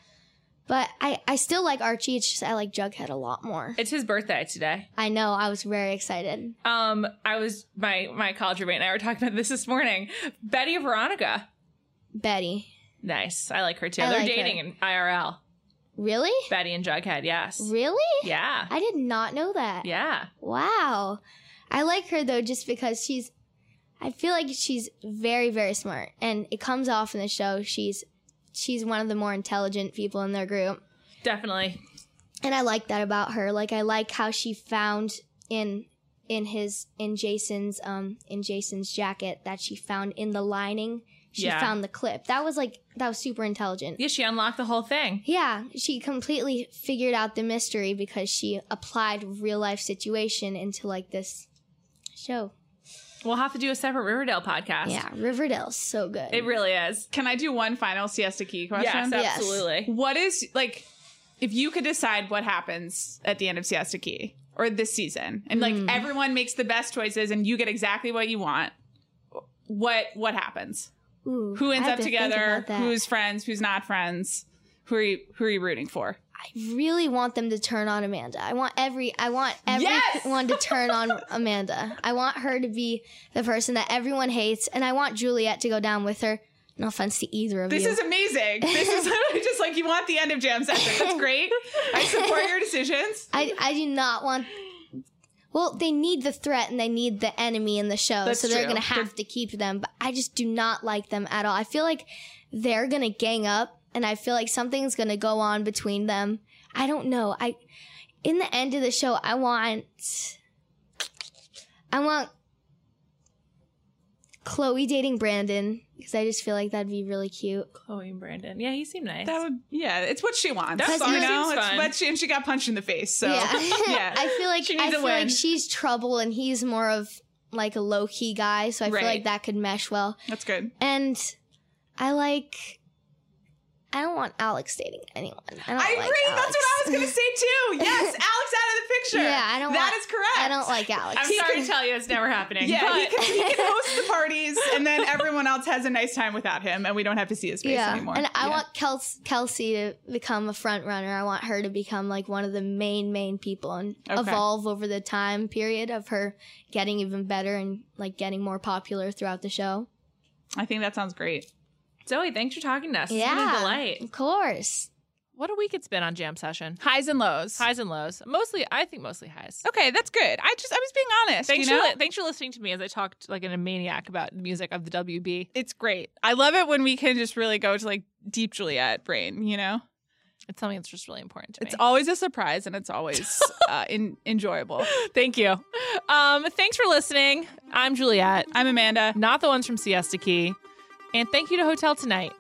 S3: but i i still like archie it's just i like jughead a lot more
S2: it's his birthday today.
S3: i know i was very excited
S2: Um, I was my my college roommate and I were talking about this this morning. Betty and Veronica.
S3: betty
S2: Nice. I like her too.
S3: I
S2: They're
S3: like her.
S2: dating in IRL.
S3: really
S2: Betty and Jughead. Yes.
S3: really
S2: Yeah.
S3: i did not know that
S2: Yeah.
S3: wow i like her though just because she's i feel like she's very very smart and it comes off in the show she's she's one of the more intelligent people in their group
S2: Definitely.
S3: and i like that about her like i like how she found in in his in jason's um in jason's jacket that she found in the lining she
S2: Yeah.
S3: found the clip that was like that was super intelligent
S2: Yeah, she unlocked the whole thing.
S3: yeah she completely figured out the mystery because she applied real life situation into like this show
S2: We'll have to do a separate Riverdale podcast.
S3: Yeah, Riverdale's so good.
S2: It really is.
S1: Can I do one final siesta key question?
S2: Yes,
S3: Yes.
S2: absolutely.
S1: What is like if you could decide what happens at the end of Siesta Key or this season and like
S3: Mm.
S1: everyone makes the best choices and you get exactly what you want, what what happens?
S3: Ooh,
S1: Who ends
S3: I
S1: up
S3: have to think
S1: together?
S3: about that.
S1: Who's friends? Who's not friends? Who are you who are you rooting for?
S3: I really want them to turn on Amanda. I want every I want everyone
S1: Yes!
S3: to turn
S1: <laughs>
S3: on Amanda. I want her to be the person that everyone hates, and I want Juliet to go down with her. No offense to either of
S1: This
S3: you.
S1: is amazing. This is <laughs> literally just like you want the end of jam session. That's great. I support your decisions.
S3: I I do not want. Well, they need the threat and they need the enemy in the show,
S1: That's
S3: so they're
S1: true.
S3: gonna have to keep them. But I just do not like them at all. I feel like they're gonna gang up, and I feel like something's gonna go on between them. I don't know. I in the end of the show, I want, I want Chloe dating Brandon because I just feel like that'd be really cute.
S2: Chloe and Brandon. Yeah, he seemed nice.
S1: That would yeah, it's what she wants.
S2: That's
S1: you
S3: fine.
S1: know,
S2: Seems
S1: it's
S2: fun.
S1: what she and she got punched in the face. So
S3: yeah.
S1: <laughs>
S3: <laughs>
S1: yeah.
S3: I feel like
S2: She needs
S3: I
S2: a
S3: feel
S2: win.
S3: like she's trouble and he's more of like a low key guy, so I
S1: Right.
S3: feel like that could mesh well.
S1: That's good.
S3: And I like. I don't want Alex dating anyone. I don't.
S1: I agree.
S3: like
S1: That's
S3: Alex.
S1: what I was going to say
S3: <laughs>
S1: too. Yes, Alex out of the picture.
S3: Yeah, I don't
S1: That
S3: want-
S1: is correct.
S3: I don't like Alex.
S2: I'm sorry to tell you, it's never happening.
S1: Yeah, he
S2: but
S1: can, he can
S3: <laughs>
S1: host the parties, and then everyone else has a nice time without him, and we don't have to see his face
S3: yeah,
S1: anymore.
S3: and I
S1: Yeah.
S3: want Kelsey, Kelsey to become a front runner. I want her to become like one of the main main people and
S1: Okay.
S3: evolve over the time period of her getting even better and like getting more popular throughout the show.
S1: I think that sounds great.
S2: Zoe, thanks for talking to us. Yeah,
S3: Yeah.
S2: a delight.
S3: Of course,
S2: What a week it's been on Jam Session.
S1: Highs and lows.
S2: Highs and lows. Mostly, I think mostly highs.
S1: Okay, that's good. I just I was being honest.
S2: Thanks,
S1: you know?
S2: for li- thanks for listening to me as I talked like in a maniac about the music of the WB.
S1: it's great. I love it when we can just really go to like deep Juliet brain. You know,
S2: It's something that's just really important to me.
S1: it's always a surprise, and it's <laughs> always uh, in- enjoyable.
S2: Thank you. Um, thanks for listening. I'm Juliet,
S1: I'm Amanda.
S2: not the ones from Siesta Key. And thank you to Hotel Tonight.